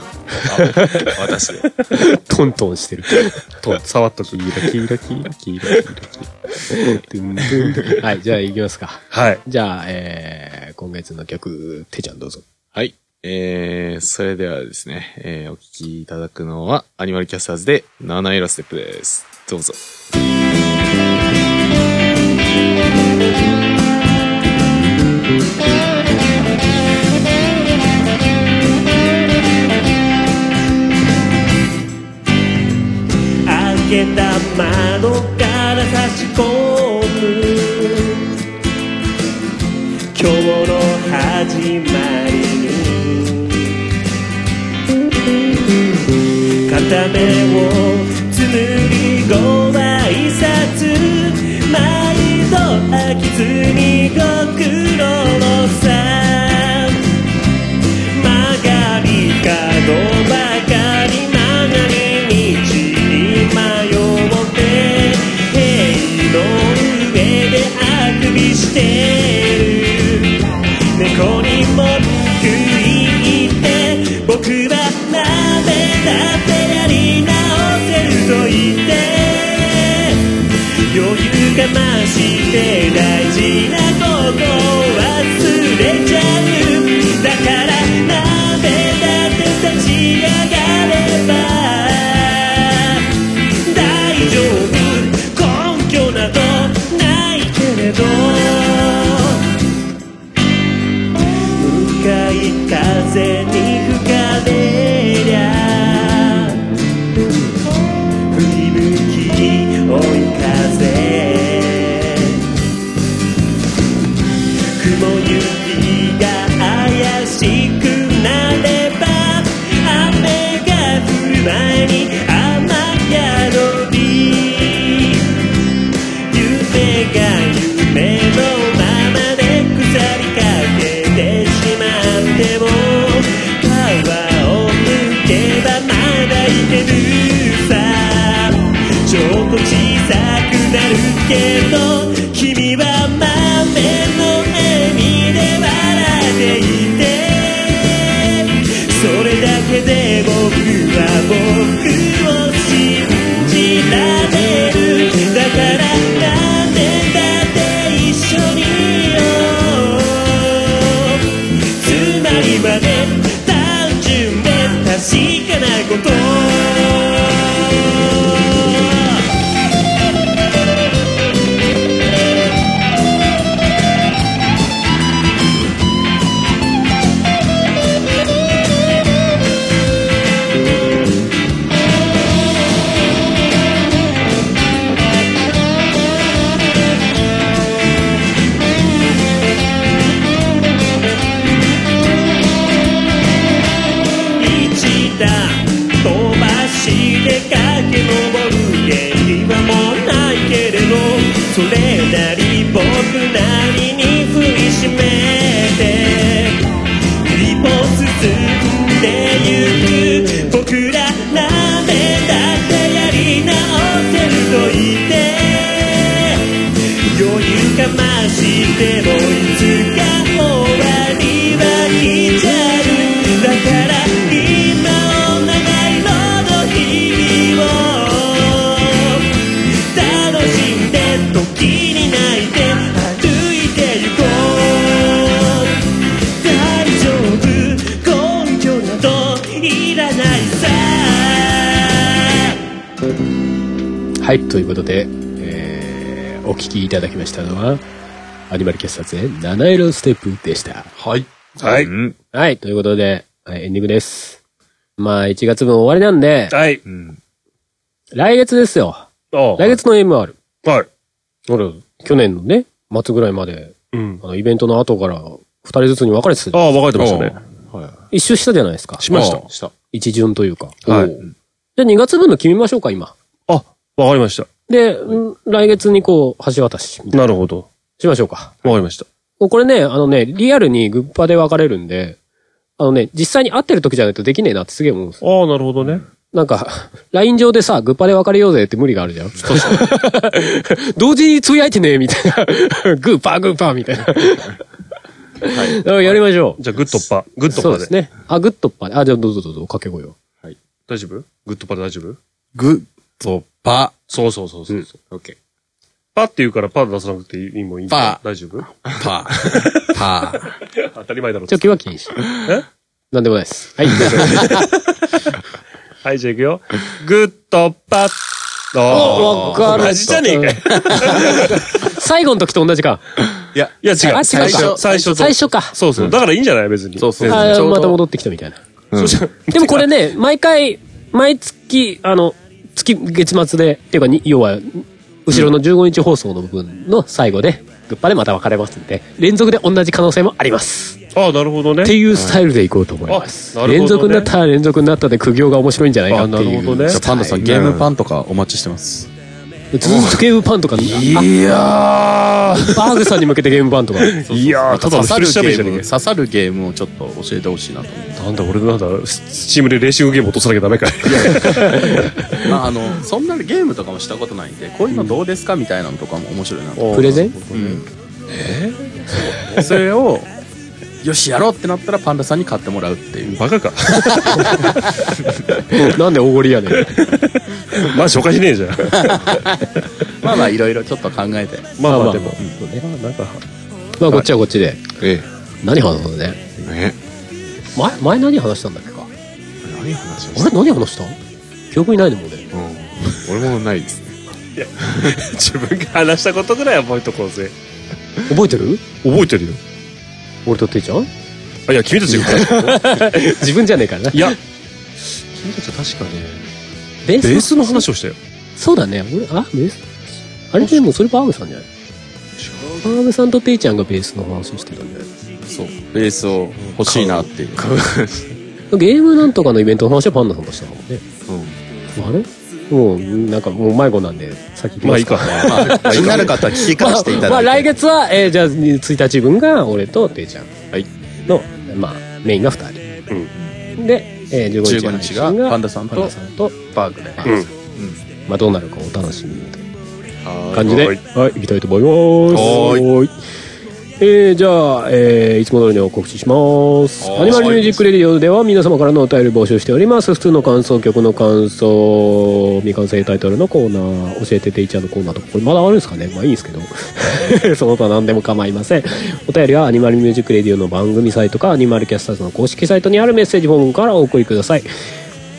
Speaker 5: 私で。
Speaker 2: トントンしてる。
Speaker 4: と、 触っとく。
Speaker 3: キラキラキラキラ。
Speaker 2: はい、じゃあ行きますか。
Speaker 4: はい。
Speaker 2: じゃあ、えー、今月の曲、てちゃんどうぞ。
Speaker 5: はい。えー、それではですね、えー、お聴きいただくのは、アニマルキャスターズで、七色ステップです。どうぞ。
Speaker 6: 開けた窓から差し込む今日の始まりに片目を紡ぎご挨拶毎度飽きずにご苦労さん曲がり角ばかり曲がり道に迷って塀の上であくびしてる猫にも食い入って僕は鍋だってやり直せると言って余裕が増して大事なことを忘れちゃうだから鍋だって立ち上がれば大丈夫根拠などないけれど向かい風に吹かれりゃ振り向き追い風雲行きが怪しくなれば雨が降る前に雨宿り夢が夢のままで腐りかけてしまっても川を抜けばまだ行けるさちょっと小さくなるけど君は豆の笑みで笑っていてそれだけで僕は僕を信じられるだからなんでだって一緒にいようつまりはね単純で確かなこと一段飛ばして駆け上る権利はもうないけれどそれなり僕なりに振りしめて一歩進んでゆく僕ら鍋だってやり直せると言って余裕かましてもいつか終わりは来ちゃうだから今を長いのの日々を楽しんで時に泣いて歩いてゆこう大丈夫根拠などいらないさ
Speaker 2: はい、ということで、えーお聞きいただきましたのは、アニマルキャスターズで七色ステップでした。
Speaker 3: はい。
Speaker 4: はい。
Speaker 5: うん。
Speaker 2: はい、ということで、はい、エンディングです。まあ、1月分終わりなんで、
Speaker 4: はい。
Speaker 5: うん。
Speaker 2: 来月ですよ。
Speaker 4: あ
Speaker 2: 来月の MR。
Speaker 4: はい。
Speaker 2: 俺、去年のね、末ぐらいまで、
Speaker 4: うん。
Speaker 2: あの、イベントの後から、2人ずつに分かれてたじ
Speaker 4: あ
Speaker 2: ゃん
Speaker 4: あ、分かれてましたね。
Speaker 2: 一周したじゃないですか。
Speaker 4: しまし
Speaker 3: あ
Speaker 4: た。
Speaker 5: した。
Speaker 2: 一巡というか。
Speaker 4: は
Speaker 2: お
Speaker 4: い
Speaker 2: うじゃあ2月分の決めましょうか、今。
Speaker 4: あ、分かりました。
Speaker 2: で、うん来月にこう、橋渡し、
Speaker 4: なるほど。
Speaker 2: しましょうか。
Speaker 4: 分かりました。
Speaker 2: もうこれね、あのね、リアルにグッパで分かれるんで、あのね、実際に会ってる時じゃないとできねえなってすげえ思うんですよ。
Speaker 4: ああ、なるほどね。
Speaker 2: なんか、LINE 上でさ、グッパで別れようぜって無理があるじゃん。 同時につぶやいてねみたいな。 グッパーグッパーみたいな。だからやりまし ょう。
Speaker 4: じゃあ、グッドッパ。グッドッパで。
Speaker 2: そうですね。あ、グッドッパで。あ、じゃあどうぞどうぞ、掛け声を。
Speaker 4: 大丈夫グッドッパで大丈夫
Speaker 3: グッドパ
Speaker 4: そうそうそうそう。
Speaker 5: オッケー。
Speaker 4: パって言うからパ出さなくていいもんいい
Speaker 3: パ
Speaker 4: 大丈夫
Speaker 3: パパ
Speaker 4: 当たり前だろ。
Speaker 2: チョキは禁止。なんでもないです。はい。じゃあそれ
Speaker 4: はい、じゃあ行くよ。グッドパッド。
Speaker 2: おわかる
Speaker 4: 同じじゃねえかよ。
Speaker 2: 最後の時と同じか。
Speaker 5: いや、
Speaker 4: いや、違う。
Speaker 2: あ違う
Speaker 4: 最初。最初と。
Speaker 2: 最初か。
Speaker 4: そうそう。だからいいんじゃない別に。
Speaker 5: そうそう
Speaker 2: あ
Speaker 5: ちょう
Speaker 2: ー
Speaker 5: ど
Speaker 2: また戻ってきたみたいな。
Speaker 5: うん
Speaker 2: でもこれね、毎回、毎月、あの、月、月末で、っていうかに、要は、後ろの15日放送の部分の最後で、グッパでまた別れますんで、連続で同じ可能性もあります。っ
Speaker 4: ああ、なるほどね。
Speaker 2: ていうスタイルでいこうと思います。
Speaker 4: あなるほどね
Speaker 2: 連続になったら連続になったで苦行が面白いんじゃないかって
Speaker 4: あな
Speaker 2: いう。
Speaker 4: るほどね
Speaker 3: じゃあパンダさん、
Speaker 5: はい
Speaker 3: ゲームパンとかお待ちしてます。
Speaker 2: ずっとゲームパンとか、あ
Speaker 4: いや
Speaker 2: バーグさんに向けてゲームパンとか。
Speaker 4: ー。いやー、ただの
Speaker 3: 刺さ
Speaker 4: 昼
Speaker 3: る
Speaker 4: しゃべりじ
Speaker 3: ゲ
Speaker 4: ゃ
Speaker 3: ー
Speaker 4: ね
Speaker 3: ム、
Speaker 4: え
Speaker 3: 刺さるゲームをちょっと教えてほしいなと思って。
Speaker 4: かよ。なんだ、俺なんだ、ススチームでレーシングゲーム落とさなきゃダメかい。
Speaker 3: まあ、あの、そんなゲームとかもしたことないんで、こういうのどうですかみたいなのとかも面白いなと。
Speaker 2: プレゼン
Speaker 3: それを、よし、やろうってなったらパンダさんに買ってもらうっていう。
Speaker 4: バカか。
Speaker 2: なんでおごりやねん。
Speaker 4: まあ、紹介しねえじゃん。
Speaker 3: まあまあ、いろいろちょっと考えて。
Speaker 4: まあまあ、でも。
Speaker 2: ま
Speaker 4: まあなんか、
Speaker 2: あこっちはこっちで。
Speaker 5: え
Speaker 2: 何話すのね。
Speaker 5: え。ね。
Speaker 2: 前、前何話したんだっけか。
Speaker 5: 何話を
Speaker 2: あ
Speaker 5: し
Speaker 2: れ何話した記憶にないのもんね。
Speaker 5: たうん。俺もないですね。
Speaker 4: 自分が話したことぐらいは覚えとこうぜ。
Speaker 2: 覚えてる
Speaker 4: 覚えてるよ。
Speaker 2: 俺とていちゃん
Speaker 4: あ、いや、君たちが。。
Speaker 2: 自分じゃねえからない
Speaker 4: や、君たちは確かね、
Speaker 2: ベー
Speaker 4: ベースの話をしたよ。
Speaker 2: そうだね。俺、あ、ベースあれでもそれバーグさんじゃないバーグさんとていちゃんがベースの話してたんだよ。
Speaker 3: そう。ベースを欲しいなっていう。
Speaker 2: ゲームなんとかのイベントの話はパンダさんとしたもんね。
Speaker 5: う
Speaker 2: あれもう、なんかもう迷子なんで、先行き
Speaker 4: まあ
Speaker 2: ま
Speaker 4: いい
Speaker 2: す
Speaker 4: か。
Speaker 5: 気になる方は聞き返していた
Speaker 2: まあ、
Speaker 5: だ
Speaker 2: 来
Speaker 5: いて。
Speaker 2: 月は、えーじゃあ、1日分が俺とていちゃんの、まあ、メインが2人。で、えー、15日
Speaker 3: 15日がパン
Speaker 2: ダ
Speaker 3: ダさん
Speaker 2: パン
Speaker 3: と
Speaker 2: ダさんとバーグで。
Speaker 4: うん。
Speaker 2: まあ、どうなるかお楽しみにという
Speaker 5: は
Speaker 2: 感じで、
Speaker 4: は
Speaker 2: はいい、行きたいと思います。
Speaker 4: はー
Speaker 2: ー
Speaker 4: い
Speaker 2: い。えー、じゃあ、えー、いつも通りのお告知します。
Speaker 4: はーい
Speaker 2: アニマルミュージックレディオでは皆様からのお便り募集しております。普通の感想、曲の感想、未完成タイトルのコーナー、教えてていちゃんのコーナーとか、これまだあるんですかねまあいいんですけど。 その他何でも構いません。お便りはアニマルミュージックレディオの番組サイトか、アニマルキャスターズの公式サイトにあるメッセージフォームからお送りください。え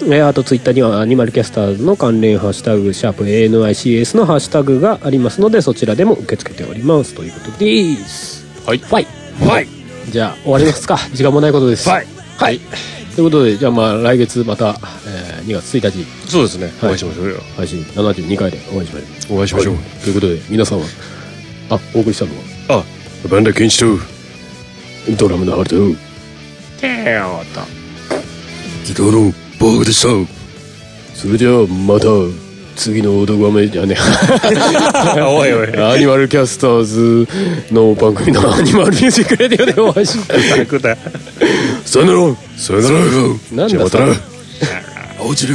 Speaker 2: ーあとツイッターにはアニマルキャスターズの関連ハッシュタグシャープ ANICS のハッシュタグがありますのでそちらでも受け付けておりますということです
Speaker 3: はい
Speaker 2: はい
Speaker 4: はい。
Speaker 2: じゃあ終わり ますか時間もないことです
Speaker 4: はい、
Speaker 2: はい、ということでじゃあまあ来月また、えー2月1日
Speaker 4: そうですね。お
Speaker 2: はい
Speaker 4: 会いしましょうよ。
Speaker 2: 配信72回でお会いしましょう
Speaker 4: お会いしましょう
Speaker 2: はいということで皆さんはあお送りしたのは
Speaker 4: あ、バンダケンチと、
Speaker 2: ドラムのハルト
Speaker 4: ギターのバーグでし
Speaker 2: それじゃあまた次の男めじゃね
Speaker 4: た。 おいおい。
Speaker 2: アニマルキャスターズの番組のアニマルミュージックレディオでお会いしましょう
Speaker 4: 楽だ。さよなら。さよなら。
Speaker 2: なんだ
Speaker 4: じゃあまたな
Speaker 2: そ。
Speaker 4: 青汁。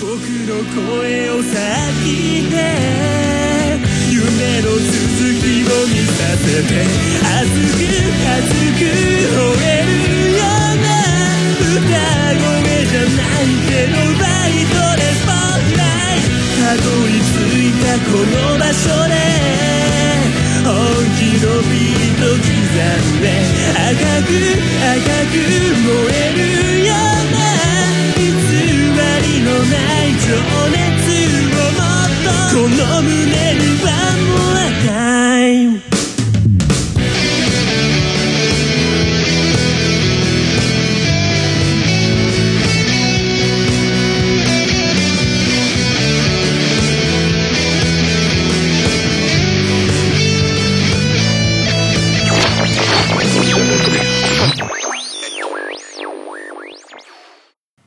Speaker 6: 僕の声を先で夢の続きを見させて熱く熱く吠えるような歌声じゃないけどバイトでスポットライトたどり着いたこの場所で本気のビート刻んで赤く赤く燃えるような偽りのない情熱をもっとこの胸にはもう赤い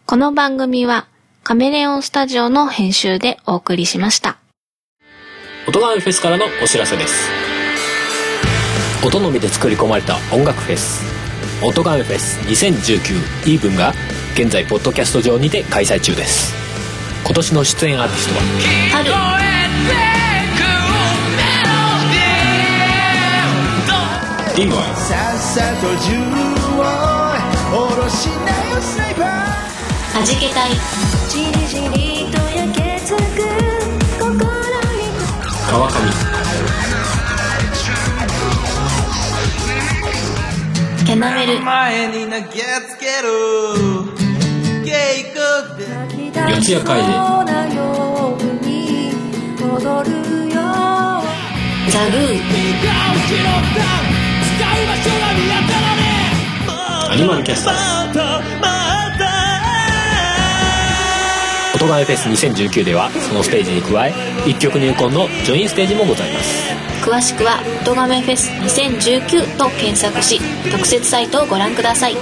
Speaker 7: この番組はカメレオンスタジオの編集でお送りしました。
Speaker 2: 音がフェスからのお知らせです音のみで作り込まれた音楽フェス音がフェス2019イーブンが現在ポッドキャスト上にて開催中です今年の出演アーティストはディーモン
Speaker 6: さっさと銃を下ろしなよスナイパー
Speaker 7: はじけたい
Speaker 8: じりじりと焼けつく心に
Speaker 2: 川上
Speaker 7: キャナメル
Speaker 9: 前に投げつける警告で
Speaker 2: 谷
Speaker 8: 四
Speaker 2: 会で
Speaker 8: 踊るよ
Speaker 7: ザグー
Speaker 2: アニマルキャスター音亀フェス2019ではそのステージに加え一曲入魂のジョインステージもございます
Speaker 7: 詳しくは「音亀フェス2019」と検索し特設サイトをご覧ください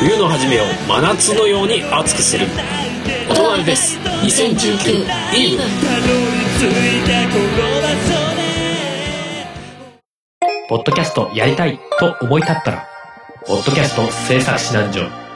Speaker 2: 冬の初めを真夏のように熱くする「音亀フェス2019イーブン」
Speaker 10: ポッドキャストやりたいと思い立ったら、ポッドキャスト制作指南所